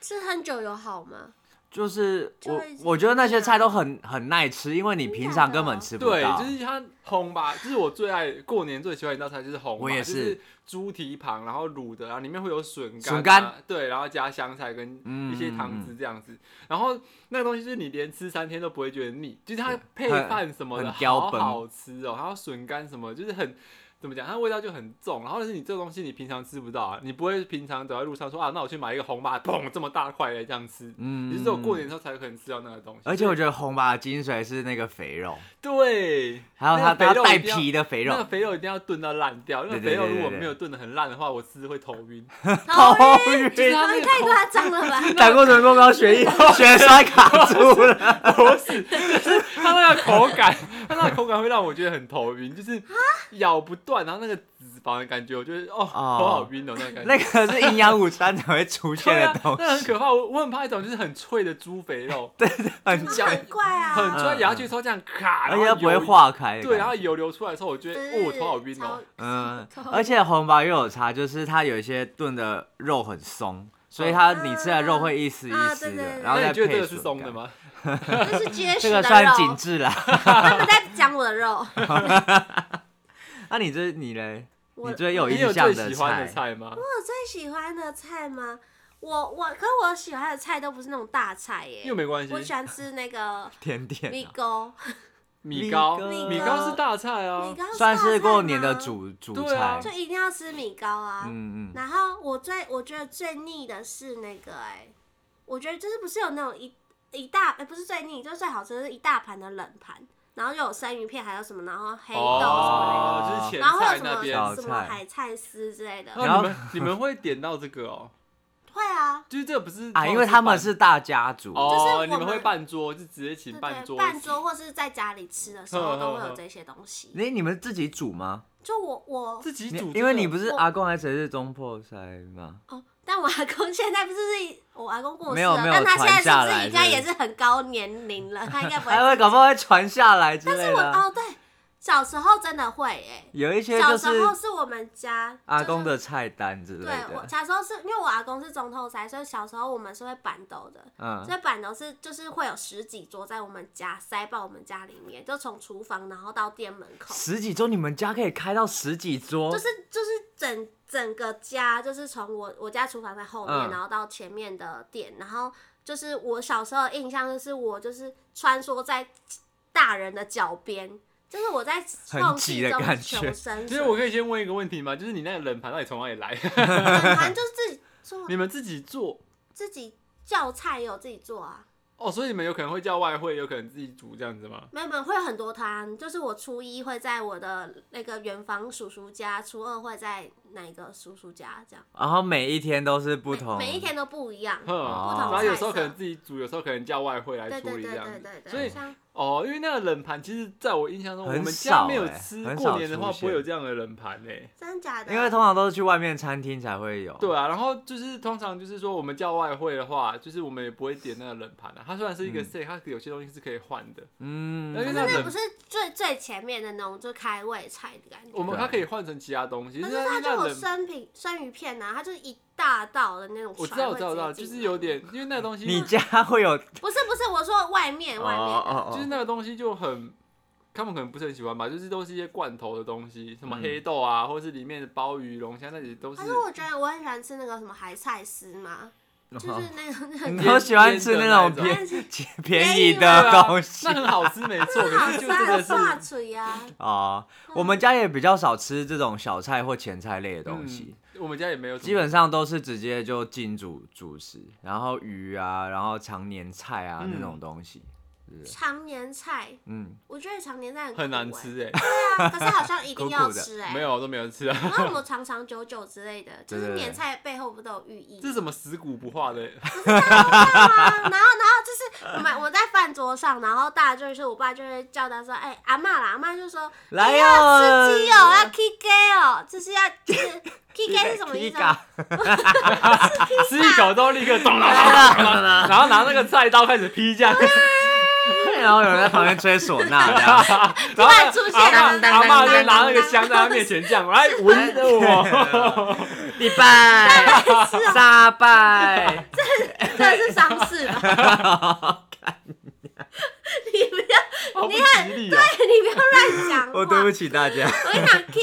[SPEAKER 2] 吃很久有好吗？
[SPEAKER 1] 就是我
[SPEAKER 2] 就会，
[SPEAKER 1] 我觉得那些菜都很很耐吃，因为你平常根本吃不
[SPEAKER 3] 对，
[SPEAKER 1] 到
[SPEAKER 3] 就。是它烘吧，就是我最爱过年最喜欢一道菜就是烘吧，
[SPEAKER 1] 我也是
[SPEAKER 3] 就是猪蹄膀，然后卤的，然后里面会有笋干、啊，
[SPEAKER 1] 笋干
[SPEAKER 3] 对，然后加香菜跟
[SPEAKER 1] 嗯
[SPEAKER 3] 一些
[SPEAKER 1] 嗯
[SPEAKER 3] 汤
[SPEAKER 1] 嗯
[SPEAKER 3] 汁这样子，然后那个东西就是你连吃三天都不会觉得腻，就是它
[SPEAKER 1] 对
[SPEAKER 3] 配
[SPEAKER 1] 很
[SPEAKER 3] 饭什么的
[SPEAKER 1] 很标
[SPEAKER 3] 好
[SPEAKER 1] 本
[SPEAKER 3] 好吃哦，还有笋干什么，就是很。怎么讲？它味道就很重，然后但是你这个东西你平常吃不到啊，你不会平常走在路上说啊，那我去买一个红吧，砰这么大块来这样吃，
[SPEAKER 1] 嗯
[SPEAKER 3] 你是只有过年的时候才可能吃到那个东西。
[SPEAKER 1] 而且我
[SPEAKER 3] 觉
[SPEAKER 1] 觉得红吧的精髓是那个肥肉，
[SPEAKER 3] 对，
[SPEAKER 1] 还有它
[SPEAKER 3] 那个
[SPEAKER 1] 它
[SPEAKER 3] 嗯肥肉
[SPEAKER 1] 带
[SPEAKER 3] 一定要
[SPEAKER 1] 皮的肥
[SPEAKER 3] 那个
[SPEAKER 1] 肉，
[SPEAKER 3] 肥肉一定要炖到烂掉，那
[SPEAKER 1] 对
[SPEAKER 3] 个
[SPEAKER 1] 对
[SPEAKER 3] 肥肉
[SPEAKER 1] 对
[SPEAKER 3] 如果
[SPEAKER 1] 对对
[SPEAKER 3] 没有炖的很烂的话，我吃会头 晕。
[SPEAKER 2] 好
[SPEAKER 3] 啊
[SPEAKER 1] 晕
[SPEAKER 3] 就是它那
[SPEAKER 2] 你
[SPEAKER 3] 个
[SPEAKER 2] 太
[SPEAKER 3] 口
[SPEAKER 2] 夸张了 吧？
[SPEAKER 1] 胆固醇过高，血液血栓卡住了。
[SPEAKER 3] 它那个口感，它那个口感会让我觉得很头晕，就是
[SPEAKER 2] 啊
[SPEAKER 3] 咬不断，然后那个脂肪的感觉，我觉得哦，头好晕哦，那个感觉。
[SPEAKER 1] 那个是营养午餐才会出现
[SPEAKER 3] 对啊
[SPEAKER 1] 的东，西，
[SPEAKER 3] 那很可怕。我我很怕一种就是很脆的猪肥 肉，
[SPEAKER 1] 很
[SPEAKER 2] 那
[SPEAKER 1] 香，
[SPEAKER 2] 很怪
[SPEAKER 3] 很
[SPEAKER 2] 啊，
[SPEAKER 3] 脆，
[SPEAKER 1] 嗯
[SPEAKER 3] 咬下去之后这样咔，
[SPEAKER 1] 而
[SPEAKER 3] 然
[SPEAKER 1] 且
[SPEAKER 3] 后
[SPEAKER 1] 它不会
[SPEAKER 3] 油。
[SPEAKER 1] 化开的感觉。
[SPEAKER 3] 对，然后油流出来的时候，我觉得
[SPEAKER 2] 对
[SPEAKER 3] 哦，我头好晕哦。，
[SPEAKER 1] 嗯， 而且红拔又有差，就是它有一些炖的肉很松，所以它
[SPEAKER 3] 哦
[SPEAKER 1] 你吃的肉会一丝一丝
[SPEAKER 2] 啊啊对对
[SPEAKER 1] 的，
[SPEAKER 2] 对
[SPEAKER 1] 然后
[SPEAKER 3] 那
[SPEAKER 1] 再
[SPEAKER 3] 你觉得这
[SPEAKER 1] 配
[SPEAKER 3] 个是
[SPEAKER 1] 笋
[SPEAKER 3] 松的
[SPEAKER 1] 干？
[SPEAKER 3] 吗？
[SPEAKER 2] 超这是结
[SPEAKER 1] 这
[SPEAKER 2] 实
[SPEAKER 1] 个
[SPEAKER 2] 的
[SPEAKER 1] 算
[SPEAKER 2] 肉
[SPEAKER 1] 紧，致啦。
[SPEAKER 2] 他们在讲我的肉，
[SPEAKER 1] 那你这你嘞？
[SPEAKER 2] 我
[SPEAKER 1] 你最有
[SPEAKER 3] 你
[SPEAKER 1] 印
[SPEAKER 3] 有
[SPEAKER 1] 象
[SPEAKER 3] 最
[SPEAKER 1] 的
[SPEAKER 3] 喜欢的
[SPEAKER 1] 菜？
[SPEAKER 3] 菜吗？
[SPEAKER 2] 我最喜欢的菜吗？我我可我喜欢的菜都不是那种大菜耶
[SPEAKER 3] 又，没关
[SPEAKER 2] 我喜
[SPEAKER 3] 系，
[SPEAKER 2] 欢吃那个
[SPEAKER 1] 甜点
[SPEAKER 2] 米
[SPEAKER 1] 啊，
[SPEAKER 2] 糕，
[SPEAKER 3] 米糕，
[SPEAKER 1] 米
[SPEAKER 3] 米
[SPEAKER 2] 糕
[SPEAKER 3] 糕是大菜啊
[SPEAKER 2] 米。糕
[SPEAKER 1] 算
[SPEAKER 2] 大
[SPEAKER 1] 是
[SPEAKER 2] 菜
[SPEAKER 1] 过年的
[SPEAKER 2] 吗，
[SPEAKER 1] 主主
[SPEAKER 3] 对
[SPEAKER 1] 菜
[SPEAKER 3] 啊。
[SPEAKER 2] 就一定要吃米糕啊。
[SPEAKER 1] 嗯嗯，
[SPEAKER 2] 然后我最我觉得最腻的是那个哎、我觉得就是不是有那种一一大哎、不是最腻，就是最好吃的是一大盘的冷盘，然后又有生鱼片，还有什么，然后黑豆什么
[SPEAKER 1] 那个
[SPEAKER 3] 哦，就是
[SPEAKER 2] 的，
[SPEAKER 3] 前
[SPEAKER 2] 然后会有
[SPEAKER 3] 菜
[SPEAKER 2] 什
[SPEAKER 3] 那边。嗯
[SPEAKER 1] 小
[SPEAKER 2] 么什么
[SPEAKER 1] 菜
[SPEAKER 2] 海菜丝之类的，
[SPEAKER 1] 哦
[SPEAKER 3] 然后你们你们会点到这个哦，
[SPEAKER 2] 会啊，
[SPEAKER 3] 就是这不是
[SPEAKER 1] 啊，因为他们是大家族，
[SPEAKER 2] 就是我
[SPEAKER 3] 哦，
[SPEAKER 2] 们
[SPEAKER 3] 你们会办桌，就直接
[SPEAKER 2] 对
[SPEAKER 3] 请办
[SPEAKER 2] 对，
[SPEAKER 3] 桌，
[SPEAKER 2] 半桌或是在家里吃的时候
[SPEAKER 3] 呵呵
[SPEAKER 2] 都会
[SPEAKER 3] 呵
[SPEAKER 2] 有这些东西。
[SPEAKER 1] 你你们自己煮吗？
[SPEAKER 2] 就我我
[SPEAKER 3] 自己
[SPEAKER 1] 你
[SPEAKER 3] 煮这个，
[SPEAKER 1] 因为你不是
[SPEAKER 2] 我
[SPEAKER 1] 阿公还是谁是中破塞吗？
[SPEAKER 2] 哦，但我阿公现在不是我阿公过
[SPEAKER 1] 没
[SPEAKER 2] 世
[SPEAKER 1] 有
[SPEAKER 2] 了，
[SPEAKER 1] 没有
[SPEAKER 2] 但他现在
[SPEAKER 1] 传下
[SPEAKER 2] 是不
[SPEAKER 1] 来
[SPEAKER 2] 是应该
[SPEAKER 1] 是
[SPEAKER 2] 也是很高年龄了？他应该不
[SPEAKER 1] 还
[SPEAKER 2] 会。
[SPEAKER 1] 会搞不好会传下来之
[SPEAKER 2] 但是
[SPEAKER 1] 类
[SPEAKER 2] 我
[SPEAKER 1] 的啊。
[SPEAKER 2] 哦对，小时候真的会哎、
[SPEAKER 1] 有一些
[SPEAKER 2] 小
[SPEAKER 1] 就
[SPEAKER 2] 时
[SPEAKER 1] 是
[SPEAKER 2] 候是我们家
[SPEAKER 1] 阿公。
[SPEAKER 2] 就是
[SPEAKER 1] 的菜单之类
[SPEAKER 2] 对我
[SPEAKER 1] 的，
[SPEAKER 2] 小时候是因为我阿公是中透塞，所以小时候我们是会板豆的。
[SPEAKER 1] 嗯
[SPEAKER 2] 所，以板豆是就是会有十几桌在我们家塞爆我们家里面，就从厨房然后到店门口，
[SPEAKER 1] 十几桌，你们家可以开到十几桌，
[SPEAKER 2] 就是就是整整个家就是从我我家厨房在后面，
[SPEAKER 1] 嗯
[SPEAKER 2] 然后到前面的店，然后就是我小时候的印象就是我就是穿梭在大人的脚边，就是我在缝
[SPEAKER 1] 挤
[SPEAKER 2] 隙
[SPEAKER 1] 的
[SPEAKER 2] 中
[SPEAKER 1] 感
[SPEAKER 2] 求
[SPEAKER 1] 觉
[SPEAKER 2] 生
[SPEAKER 3] 其实我
[SPEAKER 2] 存，
[SPEAKER 3] 可以先问一个问题吗？就是你那个冷盘到底从哪里来？
[SPEAKER 2] 反正就是自己做
[SPEAKER 3] 你们自己做
[SPEAKER 2] 自己叫菜也有自己做啊，
[SPEAKER 3] 哦，所以你们有可能会叫外汇，有可能自己煮这样子吗？
[SPEAKER 2] 没有没有会有很多摊，就是我初一会在我的那个远房叔叔家，初二会在哪一个叔叔家这样，
[SPEAKER 1] 然后每一天都是不
[SPEAKER 2] 每
[SPEAKER 1] 同，
[SPEAKER 2] 每一天都不一样，
[SPEAKER 3] 哼，
[SPEAKER 1] 哦
[SPEAKER 3] 然后有时候
[SPEAKER 2] 菜色
[SPEAKER 3] 可能自己煮，有时候可能叫外汇来
[SPEAKER 2] 对
[SPEAKER 3] 处
[SPEAKER 2] 对
[SPEAKER 3] 理
[SPEAKER 2] 对
[SPEAKER 3] 这样
[SPEAKER 2] 对
[SPEAKER 3] 子。
[SPEAKER 2] 对对，
[SPEAKER 3] 所以
[SPEAKER 2] 像
[SPEAKER 3] 哦，因为那个冷盘，其实在我印象中，我
[SPEAKER 1] 很
[SPEAKER 3] 们
[SPEAKER 1] 少
[SPEAKER 3] 家没有
[SPEAKER 1] 欸
[SPEAKER 3] 吃
[SPEAKER 1] 很
[SPEAKER 3] 过
[SPEAKER 1] 少
[SPEAKER 3] 年的
[SPEAKER 1] 出
[SPEAKER 3] 话，不会有
[SPEAKER 1] 现
[SPEAKER 3] 这样的冷盘欸诶。
[SPEAKER 2] 真假的，
[SPEAKER 1] 因为通常都是去外面餐厅才会有，
[SPEAKER 3] 对啊，然后就是通常就是说我们叫外汇的话，就是我们也不会点那个冷盘啊。它虽然是一个
[SPEAKER 1] 嗯
[SPEAKER 3] set，、它有些东西是可以换的。
[SPEAKER 1] 嗯，
[SPEAKER 3] 而
[SPEAKER 2] 可
[SPEAKER 3] 且
[SPEAKER 2] 是
[SPEAKER 3] 那
[SPEAKER 2] 那
[SPEAKER 3] 冷
[SPEAKER 2] 不是最最前面的那种就开胃菜的感觉，
[SPEAKER 3] 我们
[SPEAKER 1] 对
[SPEAKER 3] 啊它可以换成其他东西，
[SPEAKER 2] 可
[SPEAKER 3] 就是
[SPEAKER 2] 它
[SPEAKER 3] 那
[SPEAKER 2] 就
[SPEAKER 3] 算
[SPEAKER 2] 有
[SPEAKER 3] 冷
[SPEAKER 2] 生品生鱼片啊呐、它就是一大道的那种
[SPEAKER 3] 我
[SPEAKER 2] 船
[SPEAKER 3] 知道，我
[SPEAKER 2] 会
[SPEAKER 3] 知道，我知道，
[SPEAKER 2] 直
[SPEAKER 3] 就
[SPEAKER 2] 接进
[SPEAKER 3] 是
[SPEAKER 2] 来
[SPEAKER 3] 有点，因 为那个东西，
[SPEAKER 1] 你家会有
[SPEAKER 2] 不是不是，我说外面外面，
[SPEAKER 1] 哦
[SPEAKER 3] 就是那个东西就很，他们可能不是很喜欢吧，就是都是一些罐头的东西，什么
[SPEAKER 1] 嗯
[SPEAKER 3] 黑豆啊，或是里面的鲍鱼、龙虾，那里都是
[SPEAKER 2] 但是我觉得我很喜欢吃那个什么海菜丝嘛， 就是那个那
[SPEAKER 1] 哦你
[SPEAKER 2] 个
[SPEAKER 1] 都喜欢吃那种
[SPEAKER 2] 但
[SPEAKER 1] 便
[SPEAKER 3] 腌
[SPEAKER 2] 是
[SPEAKER 1] 便宜的东西
[SPEAKER 3] 啊那很好吃，没错，
[SPEAKER 2] 好
[SPEAKER 3] 可是
[SPEAKER 2] 吃
[SPEAKER 3] 就真
[SPEAKER 2] 啊，
[SPEAKER 3] 的是
[SPEAKER 2] 刷嘴呀，
[SPEAKER 1] 啊。我们家也比较少吃这种小菜或前菜类的东西，
[SPEAKER 3] 嗯我们家也没有什么
[SPEAKER 1] 基本上都是直接就进主主食，然后鱼啊，然后常年菜啊
[SPEAKER 3] 嗯
[SPEAKER 1] 那种东西。
[SPEAKER 2] 嗯常年菜，
[SPEAKER 1] 嗯，
[SPEAKER 2] 我觉得常年菜
[SPEAKER 3] 很难
[SPEAKER 2] 苦欸，
[SPEAKER 3] 吃 哎、
[SPEAKER 2] 对啊，可是好像一定
[SPEAKER 1] 苦
[SPEAKER 2] 要
[SPEAKER 1] 苦的
[SPEAKER 2] 吃哎，
[SPEAKER 3] 没，有都没有吃啊，
[SPEAKER 2] 那什么长长久久之类的，就
[SPEAKER 1] 对
[SPEAKER 2] 是
[SPEAKER 1] 对对
[SPEAKER 2] 年菜背后不都有寓意？
[SPEAKER 3] 这是什 么死骨不化的？
[SPEAKER 2] 啊，然后然后就是我们我在饭桌上，然后大家就是我爸就会叫他说，哎、阿妈啦，阿妈就说
[SPEAKER 1] 来
[SPEAKER 2] 哎
[SPEAKER 1] 哟呃
[SPEAKER 2] 要吃鸡哦，要 K K 哦，就是要就是 K K 是什么意思啊？
[SPEAKER 3] 吃一口之后立刻 咚啦咚啦咚啦，然后拿那个菜刀开始劈这样，
[SPEAKER 1] 然后有人在旁边吹唢呐，这样
[SPEAKER 3] 然后
[SPEAKER 2] 啊然出现
[SPEAKER 3] 阿
[SPEAKER 2] 了
[SPEAKER 3] 嬷阿妈就拿那个香在他面前这样，来 闻着我，
[SPEAKER 1] 礼拜沙拜，
[SPEAKER 2] 这是丧事吧？ 你不要，
[SPEAKER 3] 好不
[SPEAKER 2] 你看
[SPEAKER 3] 吉利
[SPEAKER 2] 你
[SPEAKER 3] 哦。
[SPEAKER 2] 不要乱讲话。
[SPEAKER 1] 我哦对不起大家。
[SPEAKER 2] 我跟你讲，K K 就是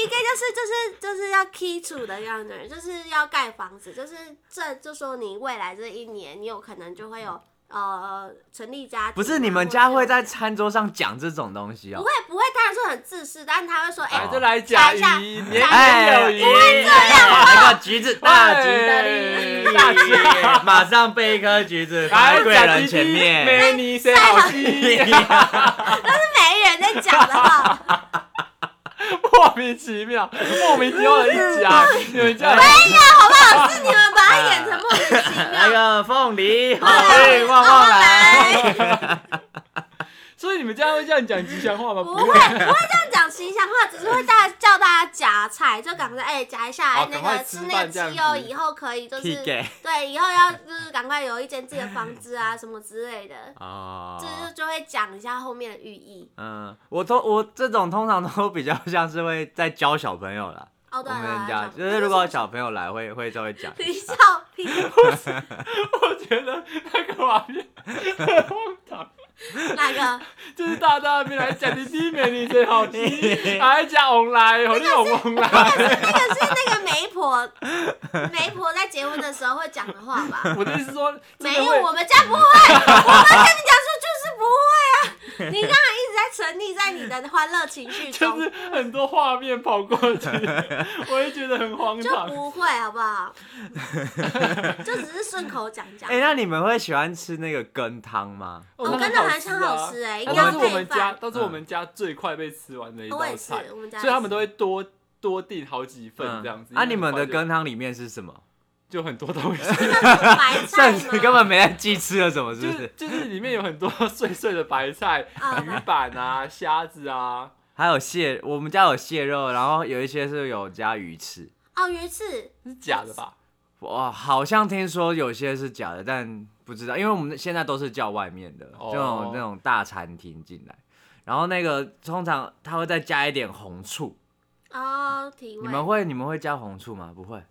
[SPEAKER 2] 就是就是要 key 主的样子，就是要盖房子，就是这就说你未来这一年，你有可能就会有呃成立家庭啊。
[SPEAKER 1] 不是你
[SPEAKER 2] 或
[SPEAKER 1] 们
[SPEAKER 2] 者
[SPEAKER 1] 家会
[SPEAKER 2] 有
[SPEAKER 1] 在餐桌上讲这种东西
[SPEAKER 2] 不
[SPEAKER 1] 哦
[SPEAKER 2] 会？不会，当然是很自私，但是他会说，哎、
[SPEAKER 3] 来，
[SPEAKER 1] 哦
[SPEAKER 3] 再来甲
[SPEAKER 2] 夹一下
[SPEAKER 3] 鱼，年
[SPEAKER 1] 哎
[SPEAKER 3] 年有余。
[SPEAKER 1] 来哎个橘子，大吉大
[SPEAKER 3] 哎大吉
[SPEAKER 1] 利，马上备一颗橘子放
[SPEAKER 3] 来
[SPEAKER 1] 在哎贵人前面。
[SPEAKER 3] 没你谁好
[SPEAKER 2] 哎
[SPEAKER 3] 戏，
[SPEAKER 2] 没人在讲的话，
[SPEAKER 3] 莫名其妙，莫名其妙的一家，
[SPEAKER 2] 嗯
[SPEAKER 3] 你们家
[SPEAKER 2] 是你们把它演成莫名其
[SPEAKER 1] 来
[SPEAKER 2] 妙。
[SPEAKER 1] 个哎凤梨，好运旺旺来。
[SPEAKER 3] 所以你们家会这样讲吉祥话吗？
[SPEAKER 2] 不会，不会这样讲吉祥话，只是会大家叫大家夹菜，就赶快哎夹一下，哎、
[SPEAKER 3] 哦
[SPEAKER 2] 那
[SPEAKER 3] 赶快
[SPEAKER 2] 个
[SPEAKER 3] 吃
[SPEAKER 2] 吃那个
[SPEAKER 3] 饭这样
[SPEAKER 2] 鸡哦，
[SPEAKER 3] 子
[SPEAKER 2] 以后可以就是
[SPEAKER 1] 踢给
[SPEAKER 2] 对，以后要就是赶快有一间自己的房子啊什么之类的，
[SPEAKER 1] 哦
[SPEAKER 2] 这就就会讲一下后面的寓意。
[SPEAKER 1] 嗯，我通我这种通常都比较像是会在教小朋友啦。
[SPEAKER 2] 哦，
[SPEAKER 1] 我
[SPEAKER 2] 对
[SPEAKER 1] 们
[SPEAKER 2] 了，
[SPEAKER 1] 家
[SPEAKER 2] 对
[SPEAKER 1] 就是如果小朋友来会会稍微 讲 一下，
[SPEAKER 2] 你笑屁，
[SPEAKER 3] 我觉得那个画面很荒唐，
[SPEAKER 2] 哪个？
[SPEAKER 3] 就是大家那边来讲你弟妹你最好
[SPEAKER 1] 哎
[SPEAKER 3] 听，还讲红来，我就红红来。
[SPEAKER 2] 那个是那个媒婆，媒婆在结婚的时候会讲的话吧？
[SPEAKER 3] 我的意思 说，真
[SPEAKER 2] 没
[SPEAKER 3] 的
[SPEAKER 2] 有，
[SPEAKER 3] 会
[SPEAKER 2] 我们家不会。我妈跟你讲说就是不会啊。你刚刚一直在沉溺在你的欢乐情绪
[SPEAKER 3] 就
[SPEAKER 2] 中，
[SPEAKER 3] 是很多画面跑 过去，我也觉得很荒
[SPEAKER 2] 就
[SPEAKER 3] 唐。
[SPEAKER 2] 不会好不好？就只是顺口讲讲
[SPEAKER 1] 哎、。那你们会喜欢吃那个羹汤吗？
[SPEAKER 2] 哦
[SPEAKER 3] 那
[SPEAKER 2] 跟
[SPEAKER 3] 很
[SPEAKER 2] 着韩香好
[SPEAKER 3] 啊
[SPEAKER 2] 吃哎，
[SPEAKER 3] 那
[SPEAKER 2] 应
[SPEAKER 1] 要
[SPEAKER 2] 该
[SPEAKER 3] 都是我
[SPEAKER 2] 配
[SPEAKER 3] 们家，
[SPEAKER 2] 饭。
[SPEAKER 3] 都
[SPEAKER 1] 嗯
[SPEAKER 3] 是我们家最快被吃完的一道
[SPEAKER 2] 我也是
[SPEAKER 3] 菜，，
[SPEAKER 2] 我们家也是。
[SPEAKER 3] 所以他们都会多多订好几份这样子。
[SPEAKER 1] 嗯啊，你们的
[SPEAKER 3] 跟
[SPEAKER 1] 羹汤里面是什么？
[SPEAKER 3] 就很 多东西，
[SPEAKER 2] 白菜
[SPEAKER 1] 甚
[SPEAKER 2] 吗？
[SPEAKER 1] 至根本没在记吃了什么，是
[SPEAKER 3] 就
[SPEAKER 1] 不
[SPEAKER 3] 是
[SPEAKER 1] 是？
[SPEAKER 3] 就是里面有很多 碎碎的白菜、
[SPEAKER 2] 啊
[SPEAKER 3] 鱼板啊、虾子啊，
[SPEAKER 1] 还有蟹，我们家有蟹肉，然后有一些是有加鱼翅。
[SPEAKER 2] 哦，鱼翅
[SPEAKER 3] 是假的吧？
[SPEAKER 1] 哇，好像听说有些是假的，但不知道，因为我们现在都是叫外面的、
[SPEAKER 3] 哦
[SPEAKER 1] 这种那种大餐厅进来，然后那个通常他会再加一点红醋。
[SPEAKER 2] 哦，体
[SPEAKER 1] 你
[SPEAKER 2] 味。
[SPEAKER 1] 们会你们会加红醋吗？不会。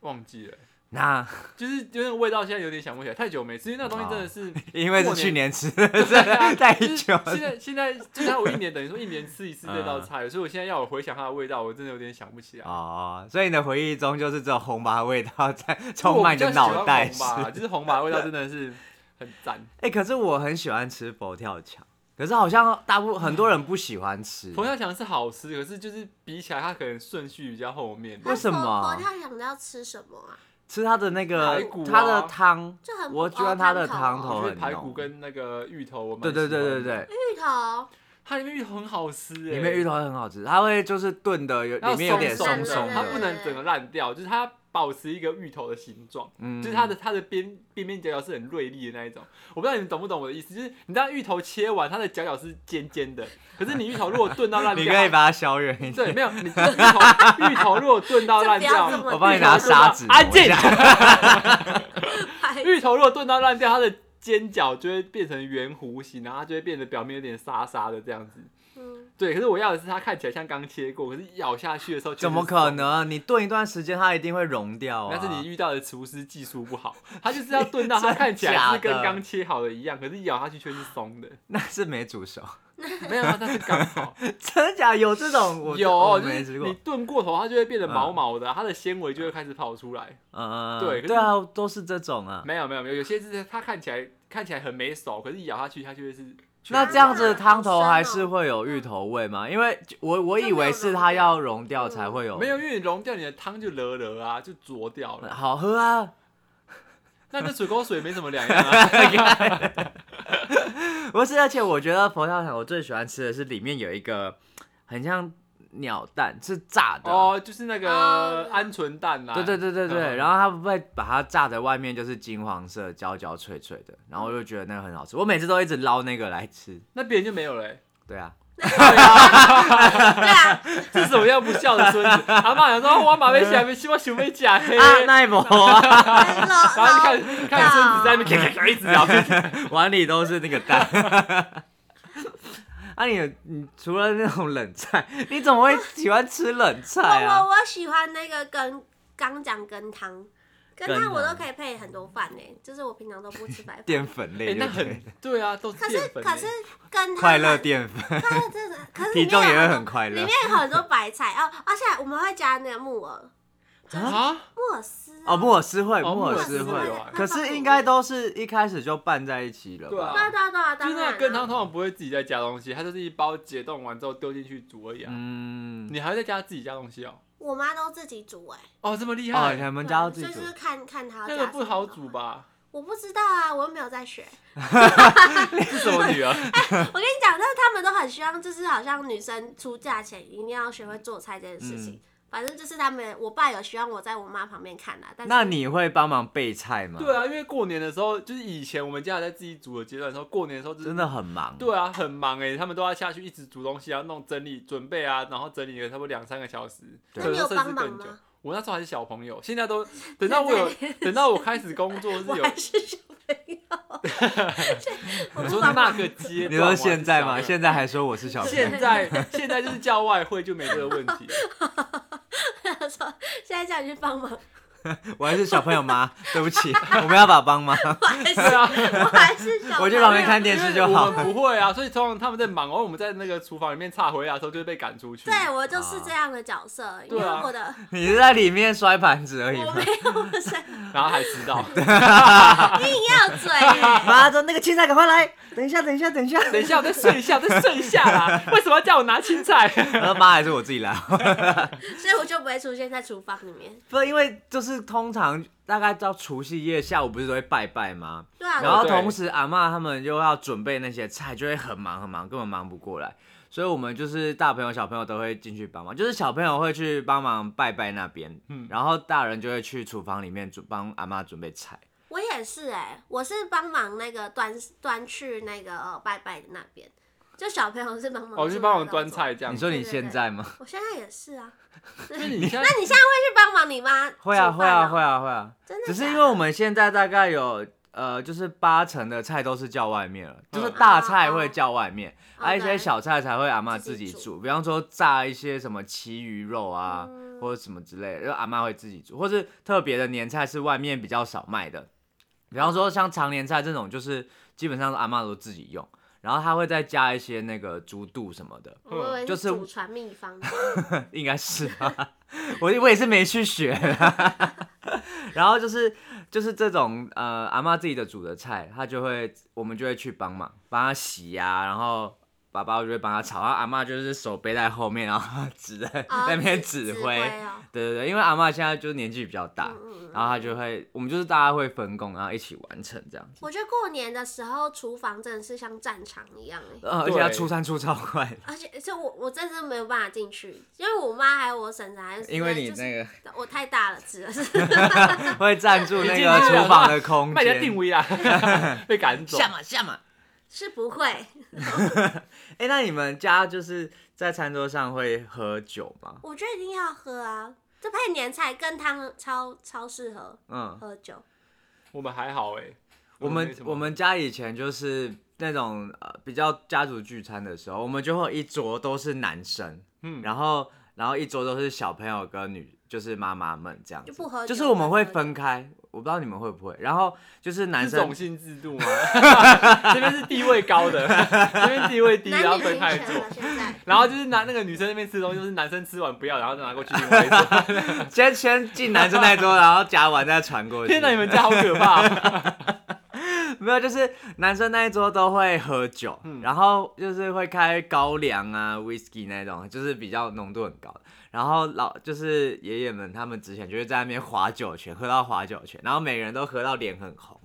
[SPEAKER 3] 忘记了，
[SPEAKER 1] 那
[SPEAKER 3] 就是有点味道，现在有点想不起来，太久没吃，因为那东西真的是
[SPEAKER 1] 因为
[SPEAKER 3] 过
[SPEAKER 1] 是
[SPEAKER 3] 年
[SPEAKER 1] 去年吃的，真的太
[SPEAKER 3] 就是
[SPEAKER 1] 久了
[SPEAKER 3] 现。在现在就是它我一年等于说一年吃一次这道
[SPEAKER 1] 嗯
[SPEAKER 3] 菜，所以我现在要我回想它的味道，我真的有点想 不起来。
[SPEAKER 1] 哦，所以你的回忆中就是这种红拔味道在充
[SPEAKER 3] 我
[SPEAKER 1] 满
[SPEAKER 3] 比
[SPEAKER 1] 你
[SPEAKER 3] 较
[SPEAKER 1] 的
[SPEAKER 3] 喜
[SPEAKER 1] 脑
[SPEAKER 3] 欢
[SPEAKER 1] 袋。
[SPEAKER 3] 红吧，就是红吧味道真的是很赞。
[SPEAKER 1] 哎、可是我很喜欢吃佛跳墙，可是好像大部很多人不喜欢吃。
[SPEAKER 3] 佛跳墙是好吃，可是就是比起来，它可能顺序比较后面。
[SPEAKER 1] 为什么啊
[SPEAKER 2] 佛佛跳墙要吃什么啊？
[SPEAKER 1] 吃它的那个
[SPEAKER 3] 排骨啊
[SPEAKER 1] 它的汤，
[SPEAKER 2] 就很
[SPEAKER 1] 我
[SPEAKER 2] 普
[SPEAKER 1] 喜欢它的
[SPEAKER 2] 哦
[SPEAKER 1] 汤头
[SPEAKER 2] 头
[SPEAKER 3] 我
[SPEAKER 2] 哦
[SPEAKER 3] 觉得排骨
[SPEAKER 1] 浓
[SPEAKER 3] 跟那个芋头我蛮
[SPEAKER 1] 对对对
[SPEAKER 3] 喜
[SPEAKER 1] 对
[SPEAKER 3] 欢的
[SPEAKER 1] 对，，
[SPEAKER 2] 芋头，
[SPEAKER 3] 它里面芋头很好吃哎、
[SPEAKER 1] 里面芋头很好吃，它会就是炖的有
[SPEAKER 3] 要
[SPEAKER 1] 里面有点
[SPEAKER 2] 松
[SPEAKER 1] 松
[SPEAKER 2] 松
[SPEAKER 1] 松
[SPEAKER 2] 的
[SPEAKER 3] 它不
[SPEAKER 1] 的，
[SPEAKER 3] 能整个烂掉，就是它保持一个芋头的形状，
[SPEAKER 1] 嗯
[SPEAKER 3] 就是它的它的边边边角角是很锐利的那一种。我不知道你们懂不懂我的意思，就是你知道芋头切完，它的角角是尖尖的，可是你芋头如果炖到烂掉，
[SPEAKER 1] 你可以把它削圆一点。
[SPEAKER 3] 它对没有，你就是芋头芋头如果炖到烂
[SPEAKER 2] 就不要
[SPEAKER 3] 掉
[SPEAKER 2] 这，么
[SPEAKER 1] 我帮你拿砂纸，
[SPEAKER 3] 安静
[SPEAKER 1] 我一下
[SPEAKER 2] 排
[SPEAKER 3] 芋头如果炖到烂掉，它的尖角就会变成圆弧形，然后它就会变得表面有点沙沙的这样子。
[SPEAKER 2] 嗯，
[SPEAKER 3] 对，可是我要的是它看起来像刚切过，可是咬下去的时候
[SPEAKER 1] 怎么
[SPEAKER 3] 确实是
[SPEAKER 1] 可能？你炖一段时间，它一定会融掉啊！
[SPEAKER 3] 但是你遇到的厨师技术不好，他就是要 炖到它看起来是
[SPEAKER 1] 真
[SPEAKER 3] 跟
[SPEAKER 1] 假的
[SPEAKER 3] 刚切好的一样，可是咬下去却是松的。
[SPEAKER 1] 那是没煮熟，
[SPEAKER 3] 没有，
[SPEAKER 1] 啊
[SPEAKER 3] 它是刚 好
[SPEAKER 1] 真的假的有这种？我
[SPEAKER 3] 有，哦
[SPEAKER 1] 我
[SPEAKER 3] 就
[SPEAKER 1] 没
[SPEAKER 3] 是
[SPEAKER 1] 吃
[SPEAKER 3] 你
[SPEAKER 1] 过。
[SPEAKER 3] 炖过头，它就会变得毛毛的，它的纤维就会开始跑出来。
[SPEAKER 1] 嗯，
[SPEAKER 3] 对可是
[SPEAKER 1] 对啊，都是这种啊。
[SPEAKER 3] 没有没有没有，有些是它看起来看起来很没熟，可是咬下去它就会是。
[SPEAKER 1] 那这样子的汤头
[SPEAKER 2] 好
[SPEAKER 1] 还
[SPEAKER 2] 深
[SPEAKER 1] 是
[SPEAKER 2] 哦
[SPEAKER 1] 会有芋头味吗？因为我我
[SPEAKER 2] 就
[SPEAKER 1] 以
[SPEAKER 2] 没有
[SPEAKER 1] 为是
[SPEAKER 2] 融
[SPEAKER 1] 它
[SPEAKER 2] 掉
[SPEAKER 1] 要融掉才会有，
[SPEAKER 3] 没有，因为你融掉你的汤就了了啊，就浊掉了。
[SPEAKER 1] 好喝哦啊。
[SPEAKER 3] 那跟水沟水没什么两样 啊。
[SPEAKER 1] 不是，而且我觉得佛跳墙我最喜欢吃的是里面有一个很像鸟蛋，是炸的。
[SPEAKER 3] 哦，嗯就是那个
[SPEAKER 2] 哦
[SPEAKER 3] 鹌鹑蛋啊
[SPEAKER 1] 啊
[SPEAKER 3] 啦、
[SPEAKER 1] 对对对对对，然后它会把它炸的外面就是金黄色、焦焦脆脆的，然后我就觉得那个很好吃，我每次都一直捞那个来吃。
[SPEAKER 3] 那别人就没有欸嘞、
[SPEAKER 1] 对啊，
[SPEAKER 2] 对 啊，
[SPEAKER 3] 这是什么样不孝的孙子？阿妈想说，我马被想被希望熊被假黑。
[SPEAKER 1] 啊那一波啊，
[SPEAKER 2] 很老
[SPEAKER 3] 然后就
[SPEAKER 2] 老
[SPEAKER 3] 看看孙子在那边咔咔咔一直咬，
[SPEAKER 1] 碗里都是那个蛋。 啊你，你除了那种冷菜，你怎么会喜欢吃冷菜
[SPEAKER 2] 我
[SPEAKER 1] 啊？
[SPEAKER 2] 我我喜欢那个羹，刚讲羹汤，羹
[SPEAKER 1] 羹
[SPEAKER 2] 汤我都
[SPEAKER 1] 汤
[SPEAKER 2] 可以配很多饭呢、欸就是我平常都不吃白饭。
[SPEAKER 1] 淀粉
[SPEAKER 3] 哎
[SPEAKER 1] 类，
[SPEAKER 3] 那
[SPEAKER 1] 就对
[SPEAKER 3] 很对啊，都是
[SPEAKER 2] 可是
[SPEAKER 3] 淀粉欸。
[SPEAKER 2] 可是羹汤
[SPEAKER 1] 快乐
[SPEAKER 2] 很
[SPEAKER 1] 淀粉，
[SPEAKER 2] 快乐真的，可是里
[SPEAKER 1] 体
[SPEAKER 2] 面
[SPEAKER 1] 重也
[SPEAKER 2] 有
[SPEAKER 1] 会
[SPEAKER 2] 多
[SPEAKER 1] 很快
[SPEAKER 2] 里
[SPEAKER 1] 乐
[SPEAKER 2] 面。有很多白菜哦，而且我们会加那个木耳、
[SPEAKER 3] 啊，
[SPEAKER 2] 木耳丝啊、
[SPEAKER 1] 哦，木耳丝会，木
[SPEAKER 3] 哦木
[SPEAKER 1] 耳
[SPEAKER 3] 耳
[SPEAKER 1] 丝
[SPEAKER 3] 丝
[SPEAKER 1] 会
[SPEAKER 3] 会有
[SPEAKER 1] 啊，
[SPEAKER 3] 啊
[SPEAKER 1] 可是应该都是一开始就拌在一起了
[SPEAKER 3] 对
[SPEAKER 1] 吧？
[SPEAKER 3] 啊
[SPEAKER 2] 对啊对啊对啊，
[SPEAKER 3] 就是
[SPEAKER 2] 当
[SPEAKER 3] 那
[SPEAKER 2] 然
[SPEAKER 3] 个羹汤
[SPEAKER 2] 啊
[SPEAKER 3] 通常不会自己再加东西，它就是一包解冻完之后丢进去煮而已啊。
[SPEAKER 1] 嗯，
[SPEAKER 3] 你还会再加自己加东西哦？
[SPEAKER 2] 我妈都自己煮哎、
[SPEAKER 3] 哦，这么厉
[SPEAKER 1] 哦，你
[SPEAKER 3] 害，
[SPEAKER 1] 们
[SPEAKER 2] 对
[SPEAKER 1] 家
[SPEAKER 2] 啊
[SPEAKER 1] 要自己
[SPEAKER 2] 所
[SPEAKER 1] 煮
[SPEAKER 2] 以就，是看看她要
[SPEAKER 3] 那
[SPEAKER 2] 加
[SPEAKER 3] 个
[SPEAKER 2] 什
[SPEAKER 3] 不
[SPEAKER 2] 么
[SPEAKER 3] 好
[SPEAKER 2] 的
[SPEAKER 3] 煮
[SPEAKER 2] 话？
[SPEAKER 3] 吧？
[SPEAKER 2] 我不知道啊，我又没有在学。
[SPEAKER 3] 是什么女儿？
[SPEAKER 2] 我跟你讲，但是他们都很希望，就是好像女生出嫁前一定要学会做菜这件事情。反正就是他们，我爸有希望我在我妈旁边看啦、但是
[SPEAKER 1] 那你会帮忙备菜吗？
[SPEAKER 3] 对啊，因为过年的时候，就是以前我们家在自己煮的阶段的时候，过年的时候就是
[SPEAKER 1] 真的很忙。
[SPEAKER 3] 对啊，很忙哎、他们都要下去一直煮东西啊，弄整理准备啊，然后整理了差不多两三个小时，
[SPEAKER 1] 对
[SPEAKER 3] 可
[SPEAKER 2] 那
[SPEAKER 3] 能
[SPEAKER 2] 你有
[SPEAKER 3] 甚至
[SPEAKER 2] 帮忙
[SPEAKER 3] 更久
[SPEAKER 2] 吗。
[SPEAKER 3] 我那时候还是小朋友，现 在都等到我有等到我开始工作是
[SPEAKER 2] 我
[SPEAKER 3] 有，
[SPEAKER 2] 还是小朋友， 这我
[SPEAKER 3] 我
[SPEAKER 2] 不
[SPEAKER 3] 说
[SPEAKER 2] 帮
[SPEAKER 3] 那
[SPEAKER 2] 忙。
[SPEAKER 3] 个阶段，
[SPEAKER 1] 你说现在吗？
[SPEAKER 3] 我还是小
[SPEAKER 1] 现在还说我是小朋友
[SPEAKER 3] 现在现在就是叫外汇就没这个问 题，
[SPEAKER 2] 他说现在叫你去帮忙，
[SPEAKER 1] 我还是小朋友吗？ 对不起，我们要把帮吗？
[SPEAKER 2] 我还是
[SPEAKER 3] 对啊，
[SPEAKER 2] 我还是小朋友。
[SPEAKER 1] 我去旁边看电视就好
[SPEAKER 3] 因为我。们不会啊，所以通常他们在忙，而我们在那个厨房里面岔回来的时候就会被赶出去。
[SPEAKER 2] 对啊我就是这样的角色，因为
[SPEAKER 3] 对啊
[SPEAKER 2] 我的
[SPEAKER 1] 你是在里面摔盘子而已
[SPEAKER 2] 我
[SPEAKER 1] 吗
[SPEAKER 2] 没？有生，
[SPEAKER 3] 然后还知 道，
[SPEAKER 2] 硬要嘴耶。
[SPEAKER 1] 妈的，那个青菜赶快来！等一下，等一下，等一下。
[SPEAKER 3] 等一下，我再睡一下，再睡一 下啦。为什么要叫我拿 青菜？
[SPEAKER 1] 然后妈还是我自己来。啊
[SPEAKER 2] 所以我就不会出现在厨房里面。
[SPEAKER 1] 不，因为就是通常大概到除夕夜下午不是都会拜拜吗？
[SPEAKER 2] 对啊，
[SPEAKER 1] 然后
[SPEAKER 3] 对
[SPEAKER 1] 同时阿嬷他们又要准备那些菜，就会很忙很忙，根本忙不过来。所以我们就是大朋友小朋友都会进去帮忙，就是小朋友会去帮忙拜拜那边，
[SPEAKER 3] 嗯
[SPEAKER 1] 然后大人就会去厨房里面准帮阿嬷准备菜。
[SPEAKER 2] 我也是哎、我是帮忙那个端端去那个呃拜拜的那边，就小朋友是帮
[SPEAKER 1] 哦
[SPEAKER 2] 忙。
[SPEAKER 3] 我去帮我们端。菜这样
[SPEAKER 1] 你
[SPEAKER 3] 子。
[SPEAKER 1] 说你
[SPEAKER 2] 对对
[SPEAKER 1] 现
[SPEAKER 2] 对
[SPEAKER 1] 在吗？
[SPEAKER 2] 我现在也是啊。 那
[SPEAKER 3] 那
[SPEAKER 2] 你
[SPEAKER 3] 你现在
[SPEAKER 2] 现在会去帮忙你妈、
[SPEAKER 1] 会啊会啊会
[SPEAKER 2] 啊。
[SPEAKER 1] 啊会啊，
[SPEAKER 2] 真的
[SPEAKER 1] 只是
[SPEAKER 2] 假
[SPEAKER 1] 因
[SPEAKER 2] 的
[SPEAKER 1] 为我们现在大概有呃，就是八成的菜都是叫外面了，就是
[SPEAKER 3] 嗯
[SPEAKER 1] 大菜会叫外面，
[SPEAKER 2] 哦
[SPEAKER 1] 而、一些
[SPEAKER 2] 对
[SPEAKER 1] 小菜才会阿嬷自己
[SPEAKER 2] 自己
[SPEAKER 1] 煮，比方说炸一些什么旗鱼肉啊，
[SPEAKER 2] 嗯
[SPEAKER 1] 或者什么之类的，就阿嬷会自己煮，或是特别的年菜是外面比较少卖的，比方说像常年菜这种，就是基本上阿嬷都自己用，然后她会再加一些那个猪肚什么的，
[SPEAKER 2] 我以为
[SPEAKER 1] 就是
[SPEAKER 2] 是祖传秘 方，哦
[SPEAKER 1] 应该是吧， 我我也是没去学 啦然后就是就是这种呃阿妈自己的煮的菜，她就会我们就会去帮忙，帮她洗呀、然后爸爸就会帮她炒，然后阿妈就是手背在后面，然后 指在
[SPEAKER 2] 啊
[SPEAKER 1] 在那边
[SPEAKER 2] 指
[SPEAKER 1] 指
[SPEAKER 2] 指
[SPEAKER 1] 挥。
[SPEAKER 2] 哦。
[SPEAKER 1] 对对对，因为阿妈现在就是年纪比较大，
[SPEAKER 2] 嗯嗯
[SPEAKER 1] 然后她就会我们就是大家会分工，然后一起完成这样子。
[SPEAKER 2] 我觉得过年的时候，厨房真的是像战场一样哎、
[SPEAKER 1] 呃，而且她
[SPEAKER 3] 哦对
[SPEAKER 1] 出餐出超快的，
[SPEAKER 2] 而且就我我真的是没有办法进去，因为我妈还有我婶婶还是
[SPEAKER 1] 因为你
[SPEAKER 2] 就是
[SPEAKER 1] 那个
[SPEAKER 2] 我太大了，指的是
[SPEAKER 1] 会占住那
[SPEAKER 3] 你进
[SPEAKER 1] 个
[SPEAKER 3] 去了
[SPEAKER 1] 厨房的空
[SPEAKER 3] 卖家
[SPEAKER 1] 间
[SPEAKER 3] 定。位啦，被赶走。
[SPEAKER 1] 嘛下嘛，
[SPEAKER 2] 是不会，
[SPEAKER 1] 哎、那你们家就是在餐桌上会喝酒吗？
[SPEAKER 2] 我觉得一定要喝啊，这配年菜跟汤超超适合
[SPEAKER 1] 嗯，
[SPEAKER 2] 喝酒。
[SPEAKER 3] 我们还好哎、
[SPEAKER 1] 我
[SPEAKER 3] 没
[SPEAKER 1] 们
[SPEAKER 3] 什么
[SPEAKER 1] 我们家以前就是那种呃比较家族聚餐的时候，我们就会有一桌都是男生，
[SPEAKER 3] 嗯，
[SPEAKER 1] 然后然后一桌都是小朋友跟女，就是妈妈们这样子，
[SPEAKER 2] 就不喝酒
[SPEAKER 1] 是我们会分开，我不知道你们会不会，然后就是男
[SPEAKER 3] 是种
[SPEAKER 1] 生
[SPEAKER 3] 姓制度 吗？这边是地位高的，这边地位低，然
[SPEAKER 2] 男
[SPEAKER 3] 后
[SPEAKER 2] 女
[SPEAKER 3] 分
[SPEAKER 2] 平
[SPEAKER 3] 开
[SPEAKER 2] 权
[SPEAKER 3] 坐
[SPEAKER 2] 了。现在。
[SPEAKER 3] 然后就是拿那个女生那边吃东西，就是男生吃完不要，然后再拿过去另外一 桌。
[SPEAKER 1] 先先进男生那一桌，然后夹完再传过去。
[SPEAKER 3] 天哪，你们家好可 怕哦！
[SPEAKER 1] 没有，就是男生那一桌都会喝酒，
[SPEAKER 3] 嗯
[SPEAKER 1] 然后就是会开高粱啊、whisky 那种，就是比较浓度很高的。然后老就是爷爷们他们之前就会在那边划酒泉，喝到划酒泉，然后每个人都喝到脸很红，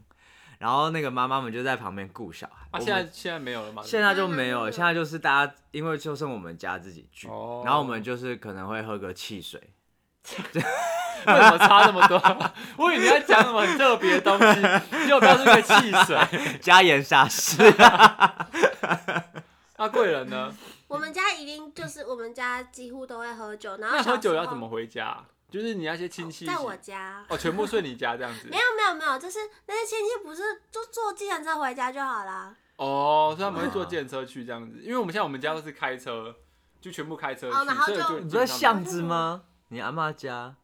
[SPEAKER 1] 然后那个妈妈们就在旁边顾小孩。我
[SPEAKER 3] 啊，现在
[SPEAKER 1] 们
[SPEAKER 3] 现在没有了吗？
[SPEAKER 1] 现在就没有了，
[SPEAKER 2] 嗯
[SPEAKER 1] 现在就是大家因为就剩我们家自己聚，
[SPEAKER 3] 哦
[SPEAKER 1] 然后我们就是可能会喝个汽水，
[SPEAKER 3] 为什么差那么多？ 我以为你要讲什么很特别的东西，结果告诉个汽水。
[SPEAKER 1] 加盐沙士。
[SPEAKER 3] 那啊贵人呢？
[SPEAKER 2] 我们家一定 就是我们家几乎都会喝酒，然后
[SPEAKER 3] 那
[SPEAKER 2] 小
[SPEAKER 3] 喝酒
[SPEAKER 2] 时
[SPEAKER 3] 要
[SPEAKER 2] 候
[SPEAKER 3] 怎么回家啊？就是你那些亲戚一起，
[SPEAKER 2] 啊在我家。
[SPEAKER 3] 哦，全部睡你家这样子
[SPEAKER 2] 没。有没有没有，就是那些亲戚不是就坐计程车回家就好啦。
[SPEAKER 3] 哦，所以他们会坐电车去这样子，因为我们现在我们家都是开车，就全部开车去，
[SPEAKER 2] 哦然后
[SPEAKER 3] 所以
[SPEAKER 2] 就
[SPEAKER 3] 就
[SPEAKER 1] 你不是在巷子吗？你阿嬷家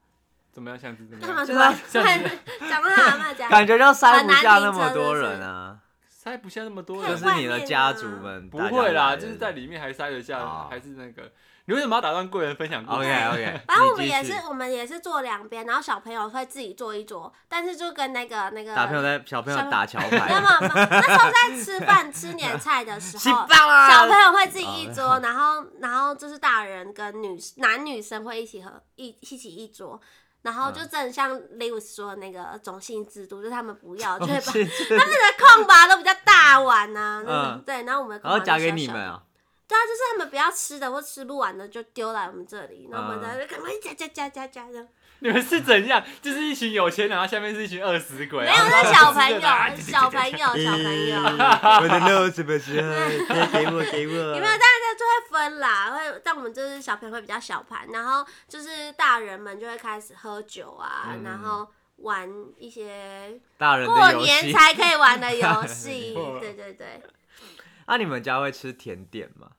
[SPEAKER 3] 怎么样像子怎么
[SPEAKER 2] 干嘛
[SPEAKER 3] 样？
[SPEAKER 2] 突然
[SPEAKER 3] 嗯 这样子
[SPEAKER 2] 讲到他阿妈家？
[SPEAKER 1] 感觉就塞不
[SPEAKER 2] 很难
[SPEAKER 1] 下
[SPEAKER 2] 停
[SPEAKER 1] 那么
[SPEAKER 2] 车
[SPEAKER 1] 多
[SPEAKER 2] 是不是
[SPEAKER 1] 人啊。
[SPEAKER 3] 塞不下那么多
[SPEAKER 2] 看
[SPEAKER 1] 就
[SPEAKER 3] 人
[SPEAKER 1] 是，你的
[SPEAKER 2] 啊
[SPEAKER 1] 家族们
[SPEAKER 3] 不会
[SPEAKER 1] 大家
[SPEAKER 3] 啦，
[SPEAKER 1] 来
[SPEAKER 3] 就是在里面还塞得
[SPEAKER 1] 哦
[SPEAKER 3] 下，还是那个。你为什么要打断贵人分享故事
[SPEAKER 1] OK OK，
[SPEAKER 2] 反正我们也是，我们也是坐两边，然后小朋友会自己坐一桌，但是就跟那个那个，
[SPEAKER 1] 打朋友在小朋友打桥
[SPEAKER 2] 那
[SPEAKER 1] 牌，
[SPEAKER 2] 么那时候在吃饭吃年菜的 时
[SPEAKER 1] 起
[SPEAKER 2] 候，
[SPEAKER 1] 爆
[SPEAKER 2] 小朋
[SPEAKER 1] 啦！
[SPEAKER 2] 友会自己一桌，然后然后就是大人跟女男女生会一起和一一起一桌，然后就正像 Lewis 说的那个种姓制度，就是他们不要，就会把
[SPEAKER 1] 是是
[SPEAKER 2] 他 们的空吧都比较大碗呐、啊，那种、
[SPEAKER 1] 嗯
[SPEAKER 2] 对，然后我们的空吧
[SPEAKER 1] 然后夹
[SPEAKER 2] 就
[SPEAKER 1] 给
[SPEAKER 2] 小
[SPEAKER 1] 你
[SPEAKER 2] 小
[SPEAKER 1] 们
[SPEAKER 2] 的
[SPEAKER 1] 啊，
[SPEAKER 2] 对啊，就是他们不要吃的或吃不完的就丢来我们这里，然后我们在那边赶快夹夹夹夹夹这样。
[SPEAKER 3] 你们是怎样？就是一群有钱人，然后下面是一群饿死
[SPEAKER 2] 没
[SPEAKER 3] 鬼。
[SPEAKER 2] 有，
[SPEAKER 3] 然后他
[SPEAKER 2] 那
[SPEAKER 3] 们
[SPEAKER 2] 是小
[SPEAKER 3] 吃
[SPEAKER 2] 朋
[SPEAKER 3] 着
[SPEAKER 2] 友，
[SPEAKER 3] 拿
[SPEAKER 2] 小朋友，小朋友。
[SPEAKER 1] 咦 我的肉怎么吃？给给我给我
[SPEAKER 2] 你们大家就会分啦，会但我们就是小朋友会比较小盘，然后就是大人们就会开始喝酒啊，
[SPEAKER 1] 嗯
[SPEAKER 2] 然后玩一些
[SPEAKER 1] 大人
[SPEAKER 2] 过
[SPEAKER 1] 的游
[SPEAKER 2] 年
[SPEAKER 1] 戏。
[SPEAKER 2] 才可以玩的游 戏
[SPEAKER 3] 错，
[SPEAKER 2] 对对对，
[SPEAKER 1] 那你们家会吃甜点吗？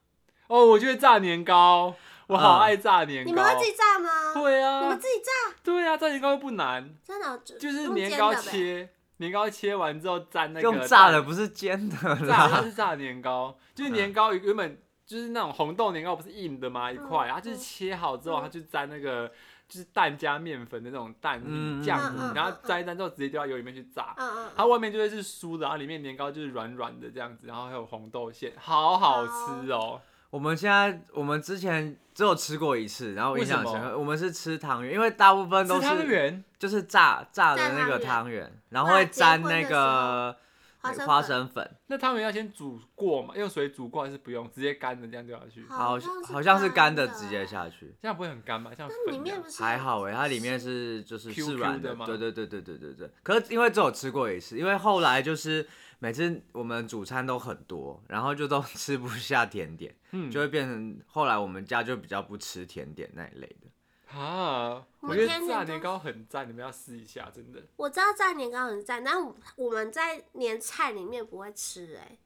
[SPEAKER 3] 哦，我觉得炸年糕，我好
[SPEAKER 1] 嗯
[SPEAKER 3] 爱炸年糕。
[SPEAKER 2] 你们会自己炸吗？
[SPEAKER 3] 会
[SPEAKER 2] 你
[SPEAKER 3] 啊
[SPEAKER 2] 们，自己炸，
[SPEAKER 3] 对啊，炸年糕又不难，
[SPEAKER 2] 真的哦就
[SPEAKER 3] 就是
[SPEAKER 2] 用
[SPEAKER 3] 年
[SPEAKER 2] 煎
[SPEAKER 3] 糕
[SPEAKER 2] 的呗
[SPEAKER 3] 切，年糕切完之后蘸那个
[SPEAKER 1] 用炸的
[SPEAKER 3] 蛋
[SPEAKER 1] 不是煎的
[SPEAKER 3] 炸，它
[SPEAKER 1] 啦。
[SPEAKER 3] 是炸年糕，
[SPEAKER 1] 嗯
[SPEAKER 3] 就是年糕原本就是那种红豆年糕，不是硬的吗？一块，
[SPEAKER 2] 嗯
[SPEAKER 3] 它就是切好之后，
[SPEAKER 2] 嗯
[SPEAKER 3] 它就沾那个就是蛋加面粉的那种蛋
[SPEAKER 1] 嗯
[SPEAKER 3] 泥酱
[SPEAKER 2] 嗯嗯
[SPEAKER 3] 泥，然后沾一沾之后直接丢到油里面去炸。
[SPEAKER 2] 嗯嗯嗯，
[SPEAKER 3] 它外面就会是酥的，然后里面年糕就是软软的这样子，然后还有红豆馅，好好吃哦！
[SPEAKER 1] 我们现在我们之前只有吃过一次，然后我印象很
[SPEAKER 3] 为
[SPEAKER 1] 深
[SPEAKER 3] 什么
[SPEAKER 1] 刻。我们是吃汤圆，因为大部分
[SPEAKER 3] 吃
[SPEAKER 1] 都
[SPEAKER 3] 汤
[SPEAKER 1] 是
[SPEAKER 3] 圆，
[SPEAKER 1] 就是炸炸的
[SPEAKER 2] 炸
[SPEAKER 1] 那
[SPEAKER 2] 汤
[SPEAKER 1] 个
[SPEAKER 2] 圆
[SPEAKER 1] 汤圆，然后
[SPEAKER 2] 那
[SPEAKER 1] 会
[SPEAKER 2] 结
[SPEAKER 1] 沾
[SPEAKER 2] 婚
[SPEAKER 1] 那
[SPEAKER 2] 的
[SPEAKER 1] 个
[SPEAKER 2] 花生
[SPEAKER 1] 花
[SPEAKER 2] 粉
[SPEAKER 1] 生粉，
[SPEAKER 3] 那汤圆要先煮过嘛？用水煮过还是不用？直接干的这样丢下去，
[SPEAKER 1] 好
[SPEAKER 2] 像
[SPEAKER 1] 好像是干的
[SPEAKER 2] 啊
[SPEAKER 1] 直接，下去。
[SPEAKER 3] 这样不会很干吗？像
[SPEAKER 2] 那里
[SPEAKER 3] 粉一
[SPEAKER 2] 面
[SPEAKER 3] 样
[SPEAKER 2] 不。是
[SPEAKER 1] 还好哎、它里面是就是是
[SPEAKER 3] QQ
[SPEAKER 1] 软
[SPEAKER 3] 的吗
[SPEAKER 1] 对对对对对对对。可是因为只有吃过一次，因为后来就是每次我们主餐都很多，然后就都 吃不下甜点，
[SPEAKER 3] 嗯
[SPEAKER 1] 就会变成后来我们家就比较不吃甜点那一类的。
[SPEAKER 3] 啊，
[SPEAKER 2] 我
[SPEAKER 3] 我
[SPEAKER 2] 们
[SPEAKER 3] 觉得
[SPEAKER 2] 天天
[SPEAKER 3] 炸
[SPEAKER 2] 都
[SPEAKER 3] 年糕很赞，你们要试一下，真的。
[SPEAKER 2] 我知道蘸年糕很赞，但我我们在年菜里面不会吃哎、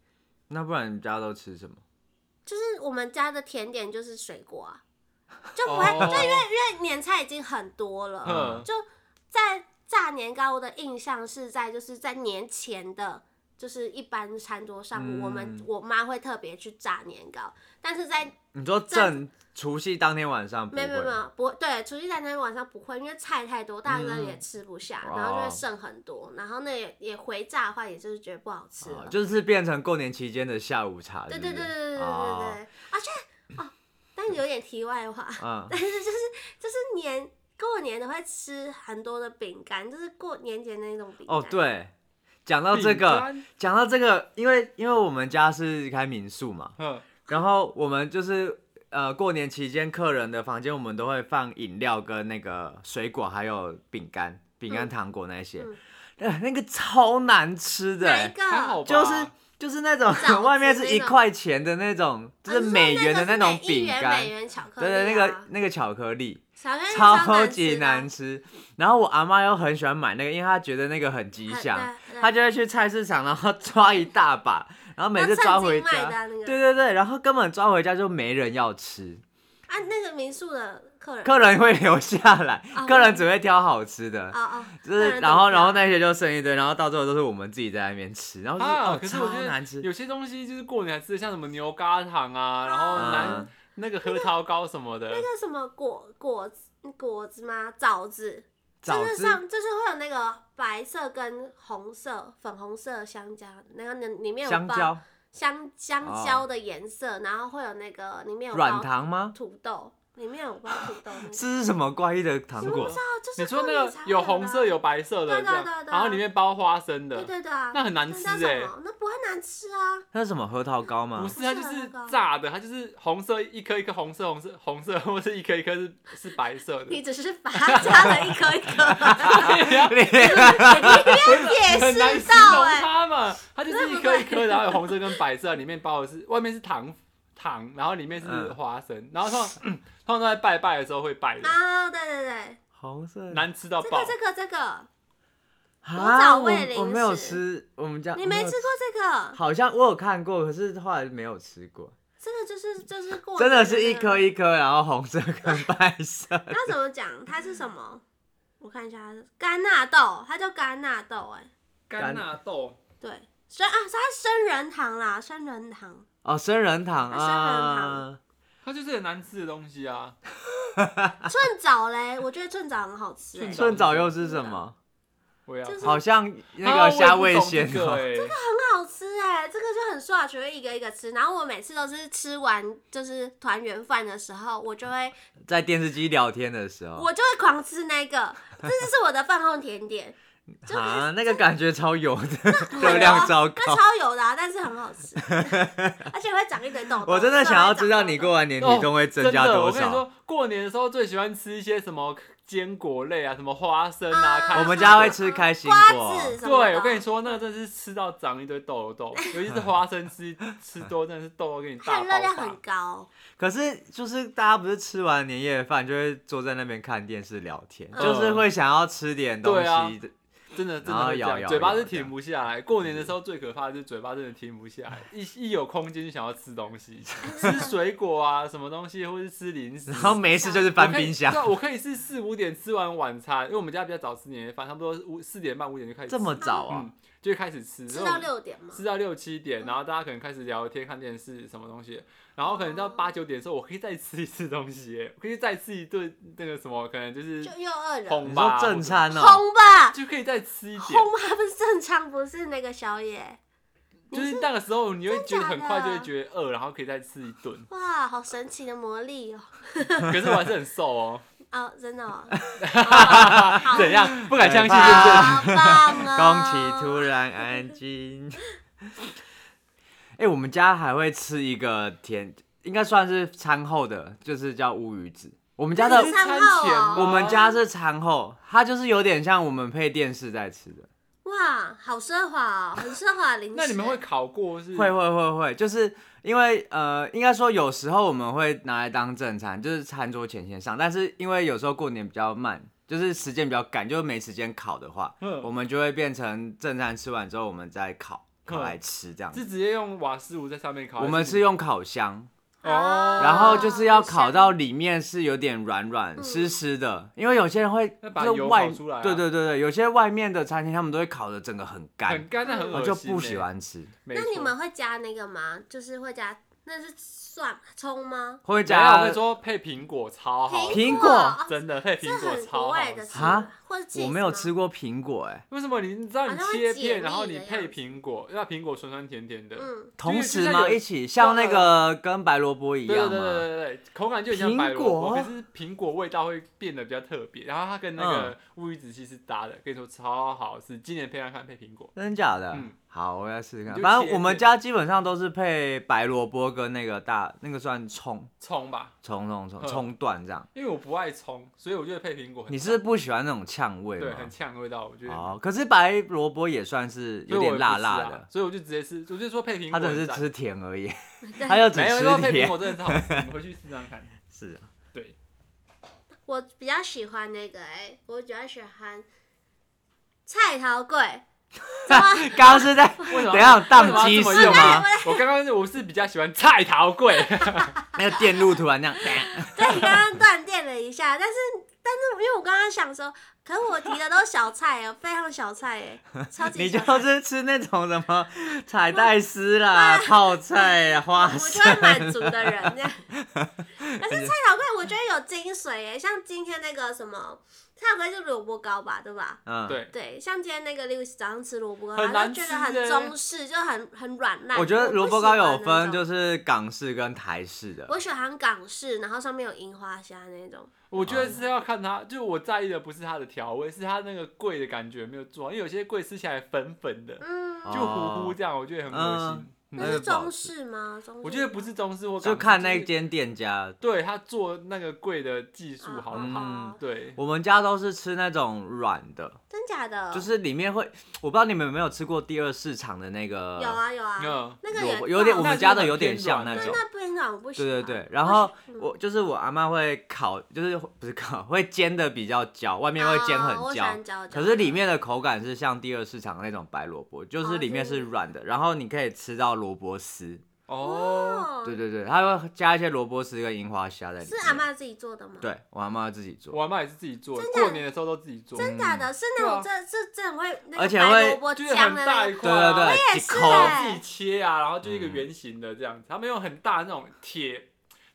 [SPEAKER 1] 那不然你们家都吃什么？
[SPEAKER 2] 就是我们家的甜点就是水果 啊，就不会，
[SPEAKER 3] 哦
[SPEAKER 2] 就因为因为年菜已经很多了，
[SPEAKER 3] 嗯
[SPEAKER 2] 就在炸年糕的印象是在就是在年前的。就是一般餐桌上，
[SPEAKER 1] 嗯
[SPEAKER 2] 我们我妈会特别去炸年糕，但是在
[SPEAKER 1] 你说
[SPEAKER 2] 这样
[SPEAKER 1] 正除夕当天晚上不
[SPEAKER 2] 没
[SPEAKER 1] 会
[SPEAKER 2] 有没有没有不对，除夕在那天晚上不会，因为菜太多，大家
[SPEAKER 1] 嗯
[SPEAKER 2] 也吃不下，
[SPEAKER 1] 哦
[SPEAKER 2] 然后就会剩很多，然后那也也回炸的话，也就是觉得不好吃了
[SPEAKER 1] 哦，。就是变成过年期间的下午茶。
[SPEAKER 2] 对
[SPEAKER 1] 是不
[SPEAKER 2] 对
[SPEAKER 1] 是
[SPEAKER 2] 对对对对对对，
[SPEAKER 1] 哦
[SPEAKER 2] 而且哦，但有点题外话，
[SPEAKER 1] 嗯，
[SPEAKER 2] 但是就是就是年过年的会吃很多的饼干，就是过年节那种饼干。
[SPEAKER 1] 哦，对，讲到这
[SPEAKER 3] 饼
[SPEAKER 1] 个，
[SPEAKER 3] 干，
[SPEAKER 1] 讲到这个，因为因为我们家是开民宿嘛，
[SPEAKER 3] 嗯，
[SPEAKER 1] 然后我们就是呃，过年期间客人的房间，我们都会放饮料跟那个水果，还有饼干、饼干、
[SPEAKER 2] 嗯
[SPEAKER 1] 糖果那些
[SPEAKER 2] 嗯。
[SPEAKER 1] 呃那个超难吃的
[SPEAKER 2] 哪一
[SPEAKER 1] 欸，
[SPEAKER 2] 个？
[SPEAKER 3] 还好吧，
[SPEAKER 1] 就是就是那种
[SPEAKER 2] 枣
[SPEAKER 1] 外面
[SPEAKER 2] 子
[SPEAKER 1] 是
[SPEAKER 2] 那
[SPEAKER 1] 一
[SPEAKER 2] 种
[SPEAKER 1] 块钱的那种，就是美元的那种饼
[SPEAKER 2] 啊
[SPEAKER 1] 干
[SPEAKER 2] 你说那个是美一元美，元巧克
[SPEAKER 1] 对
[SPEAKER 2] 力、啊。
[SPEAKER 1] 对，那个那个巧克力
[SPEAKER 2] 小月
[SPEAKER 1] 超级难
[SPEAKER 2] 吃
[SPEAKER 1] 吃。然后我阿妈又很喜欢买那个，因为她觉得那个很吉
[SPEAKER 2] 的，
[SPEAKER 1] 祥。
[SPEAKER 2] 对对
[SPEAKER 1] 他就会去菜市场，然后抓一大把，然后每次抓回
[SPEAKER 2] 那趁机卖的
[SPEAKER 1] 家，
[SPEAKER 2] 啊那个
[SPEAKER 1] 对对对，然后根本抓回家就没人要吃，
[SPEAKER 2] 啊，那个民宿的客人，
[SPEAKER 1] 客人会留下来
[SPEAKER 2] 哦，
[SPEAKER 1] 客人只会挑好吃的，
[SPEAKER 2] 啊啊，
[SPEAKER 1] 就
[SPEAKER 2] 客
[SPEAKER 1] 是
[SPEAKER 2] 人
[SPEAKER 1] 然后
[SPEAKER 2] 怎么
[SPEAKER 1] 然后那些就剩一堆，然后到最后都是我们自己在那边吃，然后就是
[SPEAKER 3] 啊，
[SPEAKER 1] 哦
[SPEAKER 3] 可是我
[SPEAKER 1] 超
[SPEAKER 3] 觉
[SPEAKER 1] 难
[SPEAKER 3] 得
[SPEAKER 1] 吃，
[SPEAKER 3] 有些东西就是过年才吃的，像什么牛轧糖啊，然后
[SPEAKER 2] 啊
[SPEAKER 3] 南
[SPEAKER 1] 嗯，
[SPEAKER 3] 那个核桃糕什么的
[SPEAKER 2] 那，个什么果果子果子吗？枣子，
[SPEAKER 1] 枣
[SPEAKER 2] 就是
[SPEAKER 1] 子
[SPEAKER 2] 上就是会有那个白色跟红色、粉红色的香蕉，然后里里面有
[SPEAKER 1] 香
[SPEAKER 2] 包
[SPEAKER 1] 蕉
[SPEAKER 2] 香香蕉的颜色，然后会有那个里面有
[SPEAKER 1] 软
[SPEAKER 2] 包
[SPEAKER 1] 糖吗？
[SPEAKER 2] 土豆，里面有包土 豆那个。
[SPEAKER 1] 这是什么怪异的糖
[SPEAKER 2] 我不
[SPEAKER 1] 果
[SPEAKER 2] 知？道，就是
[SPEAKER 3] 啊你说那
[SPEAKER 2] 过年
[SPEAKER 3] 个
[SPEAKER 2] 才
[SPEAKER 3] 有
[SPEAKER 2] 的
[SPEAKER 3] 红色有白色的
[SPEAKER 2] 对对
[SPEAKER 3] 这样
[SPEAKER 2] 对，对
[SPEAKER 3] 然后里面包花生
[SPEAKER 2] 对
[SPEAKER 3] 的，
[SPEAKER 2] 对对啊，
[SPEAKER 3] 那很难
[SPEAKER 2] 那叫
[SPEAKER 3] 吃欸
[SPEAKER 2] 什么那不会难吃啊，
[SPEAKER 1] 那是什么核桃糕吗
[SPEAKER 3] 不？是它就
[SPEAKER 2] 不是
[SPEAKER 3] 是
[SPEAKER 2] 那个
[SPEAKER 3] 炸的，它就是红色一颗一颗红色红色红色，或是一颗一颗是是白色的
[SPEAKER 2] 你，只是把它加了一颗一 颗啊，
[SPEAKER 3] 啊
[SPEAKER 2] 你没有
[SPEAKER 3] 很难
[SPEAKER 2] 解
[SPEAKER 3] 形
[SPEAKER 2] 释到欸
[SPEAKER 3] 容
[SPEAKER 2] 哎、
[SPEAKER 3] 它嘛，它就是
[SPEAKER 2] 对
[SPEAKER 3] 一
[SPEAKER 2] 不
[SPEAKER 3] 颗一
[SPEAKER 2] 对
[SPEAKER 3] 颗，然后有红色跟白色，里面包的是外面是糖糖，然后里面是
[SPEAKER 1] 嗯
[SPEAKER 3] 花生，然后通常嗯通常都在拜拜的时候会拜的，
[SPEAKER 2] 啊，对对对，
[SPEAKER 1] 红 色
[SPEAKER 3] 难吃到
[SPEAKER 2] 这
[SPEAKER 3] 爆
[SPEAKER 2] 哦个。这个这个，
[SPEAKER 1] 啊
[SPEAKER 2] 枣
[SPEAKER 1] 我
[SPEAKER 2] 味
[SPEAKER 1] 我
[SPEAKER 2] 零
[SPEAKER 1] 没有
[SPEAKER 2] 食
[SPEAKER 1] 吃，我们家
[SPEAKER 2] 你
[SPEAKER 1] 我
[SPEAKER 2] 没
[SPEAKER 1] 有
[SPEAKER 2] 吃过这个？
[SPEAKER 1] 好像我有看过，可是后来没有吃过。
[SPEAKER 2] 这个就是就是过
[SPEAKER 1] 真
[SPEAKER 2] 年的
[SPEAKER 1] 的是一颗
[SPEAKER 2] 一。
[SPEAKER 1] 一颗，然后红色跟白 色。
[SPEAKER 2] 那怎么讲？它是什么？我看一下，它是甘纳豆，它叫甘纳豆、哎，
[SPEAKER 1] 甘
[SPEAKER 3] 纳啊豆，
[SPEAKER 2] 对，生啊，它是生人糖啦，生人 糖。
[SPEAKER 1] 哦，生人糖
[SPEAKER 2] 啊生人糖
[SPEAKER 1] 啊，
[SPEAKER 3] 它就是很难吃的东西啊。
[SPEAKER 2] 寸枣嘞，我觉得寸枣很好吃、哎，
[SPEAKER 3] 寸
[SPEAKER 2] 很
[SPEAKER 1] 寸枣又是什么？
[SPEAKER 3] 我要
[SPEAKER 2] 就是
[SPEAKER 1] 好像那个虾味鲜
[SPEAKER 3] 哦
[SPEAKER 1] 哦。，
[SPEAKER 3] 这个
[SPEAKER 2] 好吃哎、这个就很爽，就会一个一个吃。然后我每次都是吃完就是团圆饭的时候，我就会
[SPEAKER 1] 在电视机聊天的时候
[SPEAKER 2] 我就会狂吃那个，这就是我的饭后甜点，
[SPEAKER 1] 啊，那个感觉超 油的，
[SPEAKER 2] 很
[SPEAKER 1] 热量糟糕。
[SPEAKER 2] 那超油的、啊，但是很好 吃，而且会长一堆豆豆。
[SPEAKER 1] 我真的想要知道你
[SPEAKER 2] 过。
[SPEAKER 1] 过完年体重会 增加
[SPEAKER 3] 哦真的
[SPEAKER 1] 多
[SPEAKER 3] 我跟你
[SPEAKER 1] 少。
[SPEAKER 3] 说，过年的时候最喜欢吃一些什么坚果类啊，什么花生啊。
[SPEAKER 2] 啊
[SPEAKER 3] 开心
[SPEAKER 1] 我们家会吃开心果
[SPEAKER 2] 瓜子什么的。
[SPEAKER 3] 对，我跟你说，那个真的是吃到长一堆痘痘，尤其是花生吃吃多，真的是痘痘给你
[SPEAKER 2] 它
[SPEAKER 3] 大
[SPEAKER 2] 的
[SPEAKER 3] 爆
[SPEAKER 2] 热量
[SPEAKER 3] 发
[SPEAKER 2] 很。高，
[SPEAKER 1] 可是就是大家不是吃完年夜饭就会坐在那边看电视聊天，
[SPEAKER 2] 嗯
[SPEAKER 1] 就是会想要吃点东
[SPEAKER 3] 对啊
[SPEAKER 1] 西的。
[SPEAKER 3] 真的真
[SPEAKER 1] 然
[SPEAKER 3] 的
[SPEAKER 1] 后
[SPEAKER 3] 会这
[SPEAKER 1] 咬
[SPEAKER 3] 样，
[SPEAKER 1] 咬
[SPEAKER 3] 嘴巴
[SPEAKER 1] 咬
[SPEAKER 3] 是
[SPEAKER 1] 这
[SPEAKER 3] 停
[SPEAKER 1] 样
[SPEAKER 3] 不下来。过年的时候最可怕的就是嘴巴真的停不下来，一一有空间就想要吃东西， 吃水果啊，什么东西，或是吃零食。
[SPEAKER 1] 然后没事就是翻冰箱
[SPEAKER 3] 我可以，对啊，我可以是四五点吃完晚餐，因为我们家比较早吃年夜饭，差不多五四点半五点就开始吃
[SPEAKER 1] 这么早啊？
[SPEAKER 3] 嗯，就开始吃，
[SPEAKER 2] 吃到六点嘛。
[SPEAKER 3] 吃到六七点，然后大家可能开始聊天、看电视什么东西，然后可能到八九点的时候，我可以再吃一次东西耶，我可以再吃一顿那个什么，可能就是
[SPEAKER 2] 就又饿了，
[SPEAKER 3] 红
[SPEAKER 1] 你
[SPEAKER 3] 吧
[SPEAKER 1] 说，正餐哦，
[SPEAKER 2] 红吧，
[SPEAKER 3] 就可以再吃一点，
[SPEAKER 2] 红吧啊不是正常，不是那个宵夜。
[SPEAKER 3] 就是那个时候你会觉
[SPEAKER 2] 真假
[SPEAKER 3] 得
[SPEAKER 2] 的，
[SPEAKER 3] 很快就会觉得饿，然后可以再吃一顿
[SPEAKER 2] 哇，好神奇的魔力哦！
[SPEAKER 3] 可是我还是很瘦哦，
[SPEAKER 2] 啊，真的 哦，
[SPEAKER 3] 怎样？不敢相信，
[SPEAKER 1] 对
[SPEAKER 3] 对不对？
[SPEAKER 2] 好哦棒
[SPEAKER 1] 宫
[SPEAKER 2] 哦！
[SPEAKER 1] 崎 突然安静。 哎、我们家还会吃一个甜，应该算是餐后的，就是叫乌鱼子。我们家的
[SPEAKER 2] 那你是
[SPEAKER 3] 餐
[SPEAKER 2] 餐后
[SPEAKER 3] 前
[SPEAKER 2] 哦
[SPEAKER 3] 吗，
[SPEAKER 1] 我们家是餐后，它就是有点像我们配电视在吃的。
[SPEAKER 2] 哇，好奢华哦，很奢华的零食。
[SPEAKER 3] 那你们会烤过是？
[SPEAKER 1] 会会会会，就是因为呃，应该说有时候我们会拿来当正餐，就是餐桌前先上。但是因为有时候过年比较慢，就是时间比较赶，就是没时间烤的话，
[SPEAKER 3] 嗯
[SPEAKER 1] 我们就会变成正餐吃完之后我们再烤烤来吃这样子。
[SPEAKER 3] 是直接用瓦斯炉在上嗯面烤？
[SPEAKER 1] 我们
[SPEAKER 3] 还
[SPEAKER 1] 是用烤箱，
[SPEAKER 3] 哦，
[SPEAKER 1] 然后就是要
[SPEAKER 2] 很香
[SPEAKER 1] 烤到里面是有点软软
[SPEAKER 2] 嗯
[SPEAKER 1] 湿湿的，因为有些人会
[SPEAKER 3] 那把
[SPEAKER 1] 就是
[SPEAKER 3] 油
[SPEAKER 1] 外
[SPEAKER 3] 烤出来啊
[SPEAKER 1] 对对对对，有些外面的餐厅他们都会烤的整个很干
[SPEAKER 3] 很，干，那很
[SPEAKER 1] 我
[SPEAKER 3] 恶
[SPEAKER 1] 就
[SPEAKER 3] 心，欸
[SPEAKER 1] 不喜。欢吃，
[SPEAKER 3] 没
[SPEAKER 2] 那你
[SPEAKER 3] 错
[SPEAKER 2] 们会加那个吗？就是会加那是蒜葱吗？
[SPEAKER 1] 会
[SPEAKER 3] 没有，我
[SPEAKER 1] 加
[SPEAKER 3] 跟你说配苹果超好吃，
[SPEAKER 1] 苹
[SPEAKER 2] 苹
[SPEAKER 1] 果
[SPEAKER 2] 哦
[SPEAKER 3] 真的配
[SPEAKER 2] 这
[SPEAKER 3] 苹果
[SPEAKER 2] 很
[SPEAKER 3] 超
[SPEAKER 2] 国
[SPEAKER 3] 好
[SPEAKER 2] 外的
[SPEAKER 3] 吃。
[SPEAKER 2] 吃
[SPEAKER 1] 啊
[SPEAKER 2] 法，或者
[SPEAKER 1] 我没有吃过苹果哎、
[SPEAKER 3] 为什么你你知道你
[SPEAKER 2] 好像会
[SPEAKER 3] 切
[SPEAKER 2] 解
[SPEAKER 3] 片，
[SPEAKER 2] 腻
[SPEAKER 3] 然后
[SPEAKER 2] 的
[SPEAKER 3] 你
[SPEAKER 2] 样
[SPEAKER 3] 配
[SPEAKER 2] 子
[SPEAKER 3] 苹果，让苹果酸酸甜甜的，
[SPEAKER 2] 嗯，
[SPEAKER 1] 同时
[SPEAKER 3] 就
[SPEAKER 1] 吗？
[SPEAKER 3] 是
[SPEAKER 1] 一起像那个跟白萝卜一
[SPEAKER 3] 对对
[SPEAKER 1] 样
[SPEAKER 3] 对对
[SPEAKER 1] 吗？
[SPEAKER 3] 对对，口感就很像白萝卜，
[SPEAKER 1] 苹
[SPEAKER 3] 可
[SPEAKER 1] 果
[SPEAKER 3] 是苹果味道会变得比较特别，然后它跟那
[SPEAKER 1] 嗯
[SPEAKER 3] 个乌鱼子鸡是搭的，跟你说超好吃，今年配上看配苹果，
[SPEAKER 1] 真假的
[SPEAKER 3] 嗯？
[SPEAKER 1] 好，我要试试看
[SPEAKER 3] 你。就
[SPEAKER 1] 反
[SPEAKER 3] 切
[SPEAKER 1] 正我们家基本上都是配白萝卜跟那个大那个算葱
[SPEAKER 3] 葱吧，
[SPEAKER 1] 葱葱
[SPEAKER 3] 嗯
[SPEAKER 1] 葱葱段这样。
[SPEAKER 3] 因为我不爱葱，所以我觉得配苹果很
[SPEAKER 1] 你
[SPEAKER 3] 香
[SPEAKER 1] 是不喜欢那种呛味
[SPEAKER 3] 对
[SPEAKER 1] 吗
[SPEAKER 3] 很？呛的味道，我觉得
[SPEAKER 1] 哦，可是白萝卜也算是
[SPEAKER 3] 所
[SPEAKER 1] 有
[SPEAKER 3] 以我也
[SPEAKER 1] 点
[SPEAKER 3] 不
[SPEAKER 1] 辣
[SPEAKER 3] 吃
[SPEAKER 1] 辣
[SPEAKER 3] 啊
[SPEAKER 1] 的，
[SPEAKER 3] 所以我就直接吃，我就说配苹
[SPEAKER 1] 他
[SPEAKER 3] 果
[SPEAKER 1] 只
[SPEAKER 3] 很
[SPEAKER 1] 是
[SPEAKER 3] 赞，
[SPEAKER 1] 吃甜而已，他又只
[SPEAKER 3] 没有说
[SPEAKER 1] 吃
[SPEAKER 3] 配苹
[SPEAKER 1] 甜。
[SPEAKER 3] 果真 的是好吃，你回去试试看，
[SPEAKER 1] 是啊，
[SPEAKER 3] 对，
[SPEAKER 2] 我比较喜欢那个哎、我比较喜欢菜桃粿，
[SPEAKER 1] 刚刚是在
[SPEAKER 3] 为什么
[SPEAKER 1] 怎样宕机
[SPEAKER 3] 为什
[SPEAKER 1] 是
[SPEAKER 3] 么
[SPEAKER 1] 吗
[SPEAKER 3] 要这么？用啊 我刚刚我是比较喜欢菜桃贵，
[SPEAKER 1] 那个电路突然这 样，
[SPEAKER 2] 对，刚刚断电了一下，但是但是因为我刚刚想说，可是我提的都是小菜哦，非常小菜哎，超级
[SPEAKER 1] 你
[SPEAKER 2] 小
[SPEAKER 1] 就
[SPEAKER 2] 菜。
[SPEAKER 1] 是吃那种什么彩带 丝啦、泡菜啊、花
[SPEAKER 2] 我就会
[SPEAKER 1] 生。
[SPEAKER 2] 满足的人这样， 可是菜小贵我觉得有精髓哎，像今天那个什么菜小贵是萝卜糕吧，对吧？
[SPEAKER 1] 嗯，
[SPEAKER 3] 对，
[SPEAKER 2] 对，像今天那个 Louis 早上吃萝卜糕，
[SPEAKER 3] 很
[SPEAKER 2] 他
[SPEAKER 3] 难
[SPEAKER 2] 就觉
[SPEAKER 3] 吃
[SPEAKER 2] 得很
[SPEAKER 3] 欸
[SPEAKER 2] 中式，就很很软烂。
[SPEAKER 1] 我觉得萝卜糕有分，就是是港式跟台式的。
[SPEAKER 2] 我喜欢港式，然后上面有樱花虾那种。
[SPEAKER 3] 我觉得是要看它，就我在意的不是它的调味，是它那个贵的感觉没有做好，因为有些贵吃起来粉粉的，
[SPEAKER 2] 嗯，
[SPEAKER 1] 哦嗯
[SPEAKER 3] 就糊糊这样，我觉得很恶心。
[SPEAKER 2] 那
[SPEAKER 1] 那
[SPEAKER 2] 是
[SPEAKER 1] 就不好
[SPEAKER 2] 中
[SPEAKER 1] 吃
[SPEAKER 2] 式吗？中式
[SPEAKER 3] 我觉得
[SPEAKER 2] 吗
[SPEAKER 3] 不是中式或港式
[SPEAKER 1] 就看那
[SPEAKER 3] 是
[SPEAKER 1] 间店家，
[SPEAKER 3] 对他做那个贵的技术好
[SPEAKER 2] 哦
[SPEAKER 3] 不好？
[SPEAKER 1] 嗯
[SPEAKER 3] 对，
[SPEAKER 1] 我们家都是吃那种软的，
[SPEAKER 2] 真假的？
[SPEAKER 1] 就是里面会，我不知道你们有没有吃过第二市场的那个
[SPEAKER 2] 有啊有啊，
[SPEAKER 3] 嗯，
[SPEAKER 2] 那个
[SPEAKER 1] 呃萝
[SPEAKER 2] 也
[SPEAKER 1] 卜，有点我
[SPEAKER 2] 那
[SPEAKER 1] 们
[SPEAKER 3] 那
[SPEAKER 1] 家
[SPEAKER 3] 就
[SPEAKER 1] 的
[SPEAKER 3] 是
[SPEAKER 1] 有点
[SPEAKER 3] 偏
[SPEAKER 1] 像
[SPEAKER 3] 软
[SPEAKER 1] 那
[SPEAKER 2] 对
[SPEAKER 1] 种。
[SPEAKER 2] 那不应该，我不喜
[SPEAKER 1] 对
[SPEAKER 2] 欢。
[SPEAKER 1] 对对，然
[SPEAKER 2] 不
[SPEAKER 1] 后
[SPEAKER 2] 喜
[SPEAKER 1] 我就是我阿妈会烤，就是不是烤，会煎的比较焦，外面会煎
[SPEAKER 2] 哦
[SPEAKER 1] 很
[SPEAKER 2] 我喜
[SPEAKER 1] 焦，
[SPEAKER 2] 欢焦焦
[SPEAKER 1] 可是里面的口感是像第二市场的那种白萝卜，就
[SPEAKER 2] 哦
[SPEAKER 1] 是里面
[SPEAKER 2] 就是
[SPEAKER 1] 是软的，然后你可以吃到萝卜丝。
[SPEAKER 3] 哦，
[SPEAKER 2] 哦
[SPEAKER 1] 对对对，它会加一些萝卜丝跟樱花虾在里面。
[SPEAKER 2] 是阿妈自己做的吗？，
[SPEAKER 1] 对我阿妈自己做，
[SPEAKER 3] 我阿妈也是自己做的，
[SPEAKER 2] 真的
[SPEAKER 3] 过年的时候都自己做，
[SPEAKER 2] 真假的？是那种
[SPEAKER 3] 对
[SPEAKER 2] 这这真的会那
[SPEAKER 1] 而
[SPEAKER 2] 个
[SPEAKER 1] 且
[SPEAKER 2] 白
[SPEAKER 1] 会
[SPEAKER 2] 萝卜
[SPEAKER 3] 就是
[SPEAKER 2] 姜
[SPEAKER 3] 很
[SPEAKER 2] 的
[SPEAKER 3] 大
[SPEAKER 2] 那
[SPEAKER 3] 一
[SPEAKER 2] 个，
[SPEAKER 1] 对
[SPEAKER 3] 块
[SPEAKER 1] 对
[SPEAKER 3] 啊，
[SPEAKER 1] 对，几
[SPEAKER 2] 是
[SPEAKER 1] 口
[SPEAKER 2] 欸
[SPEAKER 3] 自己切啊，然后就一个圆形的这样子，他们用很大的那种铁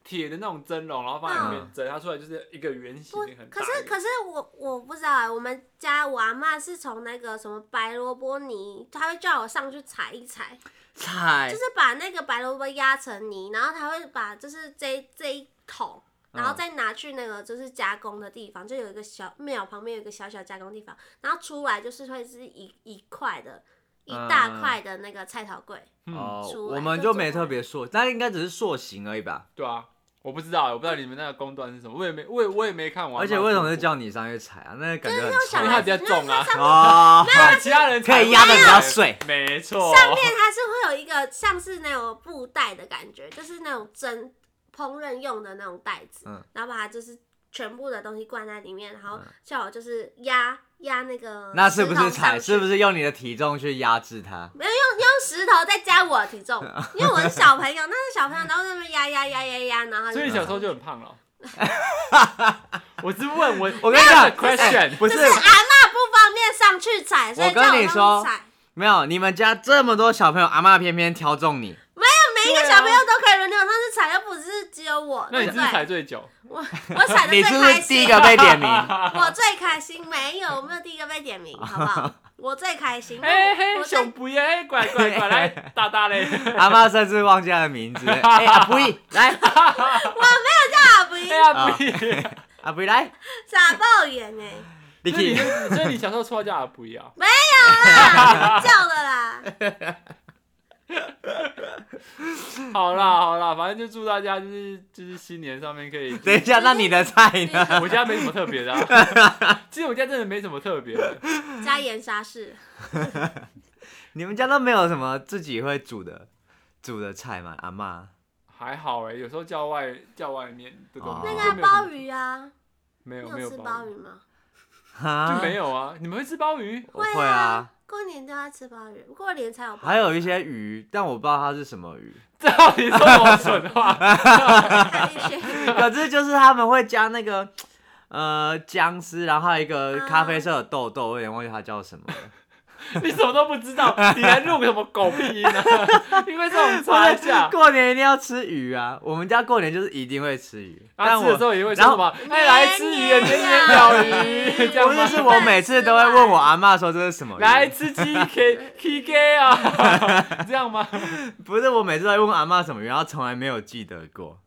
[SPEAKER 3] 铁的那种蒸笼，然后放在里面蒸，它出来就是一个圆形
[SPEAKER 2] 不
[SPEAKER 3] 的很，
[SPEAKER 2] 可
[SPEAKER 3] 大的。
[SPEAKER 2] 是可是我我不知道啊，我们家我阿妈是从那个什么白萝卜泥，她会叫我上去踩一踩，
[SPEAKER 1] 菜
[SPEAKER 2] 就是把那个白萝卜压成泥，然后她会把就是这这一桶。然后
[SPEAKER 1] 嗯
[SPEAKER 2] 再拿去那个就是加工的地方，就有一个小庙旁边有一个小小加工地方，然后出来就是会是一一块的，一大
[SPEAKER 1] 嗯
[SPEAKER 2] 块的那个菜头粿，
[SPEAKER 3] 嗯，
[SPEAKER 1] 哦，
[SPEAKER 2] 出来
[SPEAKER 1] 我们
[SPEAKER 2] 就做
[SPEAKER 1] 就没
[SPEAKER 2] 出来
[SPEAKER 1] 特别塑，但应该只是塑形而已吧。
[SPEAKER 3] 对啊，我不知道，我不知道你们那个工段是什么，我也没，我也我也没看完。
[SPEAKER 1] 而且为什么是叫你上去踩啊？那感觉很
[SPEAKER 2] 小
[SPEAKER 1] 臭
[SPEAKER 3] 因为
[SPEAKER 2] 孩
[SPEAKER 3] 它
[SPEAKER 2] 子
[SPEAKER 3] 比较重啊，
[SPEAKER 1] 哦，
[SPEAKER 3] 那其他 人
[SPEAKER 1] 可以压得比较碎，
[SPEAKER 3] 没错，
[SPEAKER 2] 上面它是会有一个像是那种布袋的感觉，就是那种针烹饪用的那种袋子，
[SPEAKER 1] 嗯
[SPEAKER 2] 然后把它就是全部的东西灌在里面，然后
[SPEAKER 1] 嗯
[SPEAKER 2] 叫我就是压压那个，
[SPEAKER 1] 那是不是踩？是不
[SPEAKER 2] 是？
[SPEAKER 1] 是用你的体重去压制它？
[SPEAKER 2] 没有用用石头再加我的体重，因为我是小朋友，那是小朋友，然后在那边压压压压压，然后
[SPEAKER 3] 所以
[SPEAKER 2] 就
[SPEAKER 3] 小时候就很胖了。我是问我，
[SPEAKER 1] 我跟你讲
[SPEAKER 3] question，
[SPEAKER 1] 哎不是
[SPEAKER 2] 就是阿妈不方便上去踩，所以
[SPEAKER 1] 我跟
[SPEAKER 2] 叫
[SPEAKER 1] 你
[SPEAKER 2] 上
[SPEAKER 1] 说
[SPEAKER 2] 去踩。
[SPEAKER 1] 没有，你们家这么多小朋友，阿妈偏偏挑中你，
[SPEAKER 2] 每一个
[SPEAKER 3] 对啊
[SPEAKER 2] 小朋友都可以轮流上去踩，又不是只有我，
[SPEAKER 3] 那
[SPEAKER 2] 对
[SPEAKER 3] 你
[SPEAKER 2] 不
[SPEAKER 3] 是不是踩
[SPEAKER 2] 对？
[SPEAKER 3] 最久？
[SPEAKER 2] 我我踩的
[SPEAKER 1] 你
[SPEAKER 2] 啊最
[SPEAKER 1] 是不
[SPEAKER 2] 开
[SPEAKER 1] 是
[SPEAKER 2] 心。
[SPEAKER 1] 第一个被点名？
[SPEAKER 2] 我最开心，没有，我没有第一个被点 名，好不好？我最开心，
[SPEAKER 3] 哎
[SPEAKER 2] 我
[SPEAKER 3] 嘿，
[SPEAKER 2] 最
[SPEAKER 3] 熊不耶，乖乖乖来，大大嘞！
[SPEAKER 1] 阿妈甚至忘记他的名字。哎，阿布一来，
[SPEAKER 2] 大不
[SPEAKER 3] 哎呀，不一，
[SPEAKER 1] 阿布一来
[SPEAKER 2] 傻爆眼 哎、
[SPEAKER 1] 你
[SPEAKER 3] 所以你
[SPEAKER 1] 去。
[SPEAKER 3] 就所以你小时候绰号叫阿不一啊？
[SPEAKER 2] 啊，叫的啦，
[SPEAKER 3] 好啦好啦，反正就祝大家就是就是新年上面可以。
[SPEAKER 1] 等一下，那你的菜呢？
[SPEAKER 3] 我家没什么特别的、啊， 其实我家真的没什么特别的，
[SPEAKER 2] 加盐沙士，
[SPEAKER 1] 你们家都没有什么自己会煮的煮的菜吗？阿妈
[SPEAKER 3] 还好哎、有时候叫外叫外面这种
[SPEAKER 1] 哦
[SPEAKER 2] 那个
[SPEAKER 3] 就
[SPEAKER 2] 啊
[SPEAKER 3] 没有什么
[SPEAKER 2] 鲍鱼啊，
[SPEAKER 3] 没
[SPEAKER 2] 你
[SPEAKER 3] 有没
[SPEAKER 2] 有
[SPEAKER 3] 有
[SPEAKER 2] 吃鲍
[SPEAKER 3] 鲍
[SPEAKER 2] 鱼
[SPEAKER 3] 鱼
[SPEAKER 2] 吗？
[SPEAKER 1] 哈
[SPEAKER 3] 就没有啊，你们会吃鲍鱼？
[SPEAKER 1] 我会啊，，
[SPEAKER 2] 过年都要吃鲍鱼，过年才有鲍鱼。啊
[SPEAKER 1] 还有一些鱼，但我不知道它是什么鱼。
[SPEAKER 3] 这到底说什么蠢话？
[SPEAKER 2] 还有一些
[SPEAKER 3] 啊
[SPEAKER 1] 可是就是他们会加那个呃姜丝，然后还有一个咖啡色的豆豆，我有点忘记它叫什么了。
[SPEAKER 3] 你什么都不知道，你还录个什么狗屁音呢、啊？ 因为这种查 一下，
[SPEAKER 1] 过年一定要吃鱼啊！我们家过年就是一定会吃鱼，
[SPEAKER 3] 啊，
[SPEAKER 1] 但
[SPEAKER 3] 吃的时
[SPEAKER 1] 我。
[SPEAKER 3] 候也会说什么？哎，来吃鱼，年年有余，这样
[SPEAKER 1] 不
[SPEAKER 3] 吗
[SPEAKER 1] 是，？是我每次都会问我阿妈说这是什么鱼。
[SPEAKER 3] 来，吃鸡 K K K 啊， 这样吗？
[SPEAKER 1] 不是我每次都会问阿妈什么鱼，然后从来没有记得 过。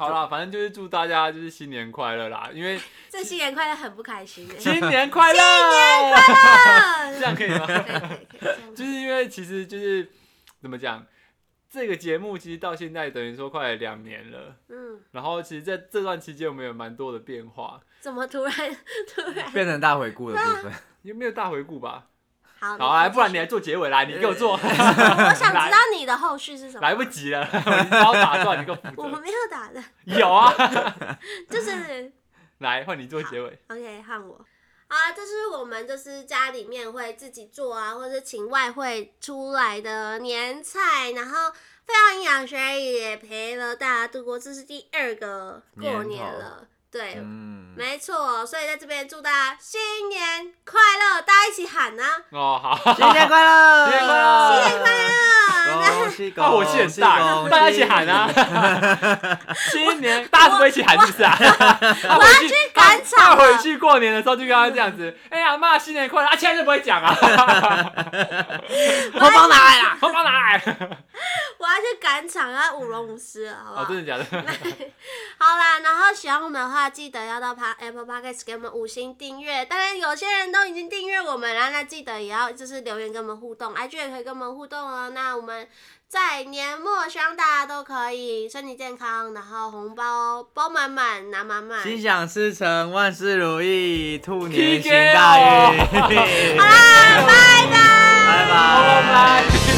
[SPEAKER 3] 好啦，反正就是祝大家就是新年快乐啦，因为
[SPEAKER 2] 这新年快乐很不开心哎、
[SPEAKER 3] 新年快乐，新年快乐，这样可以 吗？
[SPEAKER 2] 可以可以可以这样
[SPEAKER 3] 就
[SPEAKER 2] 子，
[SPEAKER 3] 是因为其实就是怎么讲，这个节目其实到现在等于说快两年了，
[SPEAKER 2] 嗯，
[SPEAKER 3] 然后其实在这段期间我们有蛮多的变化，
[SPEAKER 2] 怎么突然 突然
[SPEAKER 1] 变成大回顾的部分，
[SPEAKER 3] 有没有大回顾吧？
[SPEAKER 2] 好？
[SPEAKER 3] 好啊，
[SPEAKER 2] 继续
[SPEAKER 3] 不然你来做结尾 啦，你给我做，
[SPEAKER 2] 我想知道你的后续是什么
[SPEAKER 3] 来。不及了，我一刀打断你个负
[SPEAKER 2] 我
[SPEAKER 3] 责。
[SPEAKER 2] 没有打的，
[SPEAKER 3] 有啊，
[SPEAKER 2] 就是
[SPEAKER 3] 来换你做结尾。
[SPEAKER 2] OK，看我。啊，这是我们就是家里面会自己做啊，或者是请外汇出来的年菜，然后非常营养学也陪了大家度过，这是第二个过
[SPEAKER 1] 年
[SPEAKER 2] 年
[SPEAKER 1] 头
[SPEAKER 2] 了，对，
[SPEAKER 1] 嗯，
[SPEAKER 2] 没错，所以在这边祝大家新年快乐，大家一起喊呐、啊！
[SPEAKER 3] 哦，好，
[SPEAKER 1] 新年快乐，
[SPEAKER 3] 新年快乐新年快
[SPEAKER 2] 乐
[SPEAKER 1] 恭喜恭
[SPEAKER 3] 那
[SPEAKER 1] 喜，
[SPEAKER 3] 火气很大，大家一起喊 啊！新年大家是不是一起喊，是不是啊？ 我要去啊
[SPEAKER 2] 赶场了
[SPEAKER 3] 回去过年的时候就跟他这样子，哎呀妈，新年快乐！啊，现在就不会讲啊，
[SPEAKER 1] 恭喜，红包拿来啦！
[SPEAKER 3] 红包拿来。
[SPEAKER 2] 我要去赶场，要舞龙舞狮了，好不好？
[SPEAKER 3] 哦，真的假的？
[SPEAKER 2] 好啦，然后喜欢我们的话，记得要到 Pa- Apple Podcast 给我们五星订阅。当然，有些人都已经订阅我们了，那记得也要就是留言跟我们互动，IG 也可以跟我们互动哦。那我们在年末，希望大家都可以身体健康，然后红包包满满，拿满满。
[SPEAKER 1] 心想事成，万事如意，兔年行大运！
[SPEAKER 3] 哦 Kick it
[SPEAKER 1] 好啦，拜拜，拜
[SPEAKER 3] 拜
[SPEAKER 1] 拜。
[SPEAKER 3] 拜。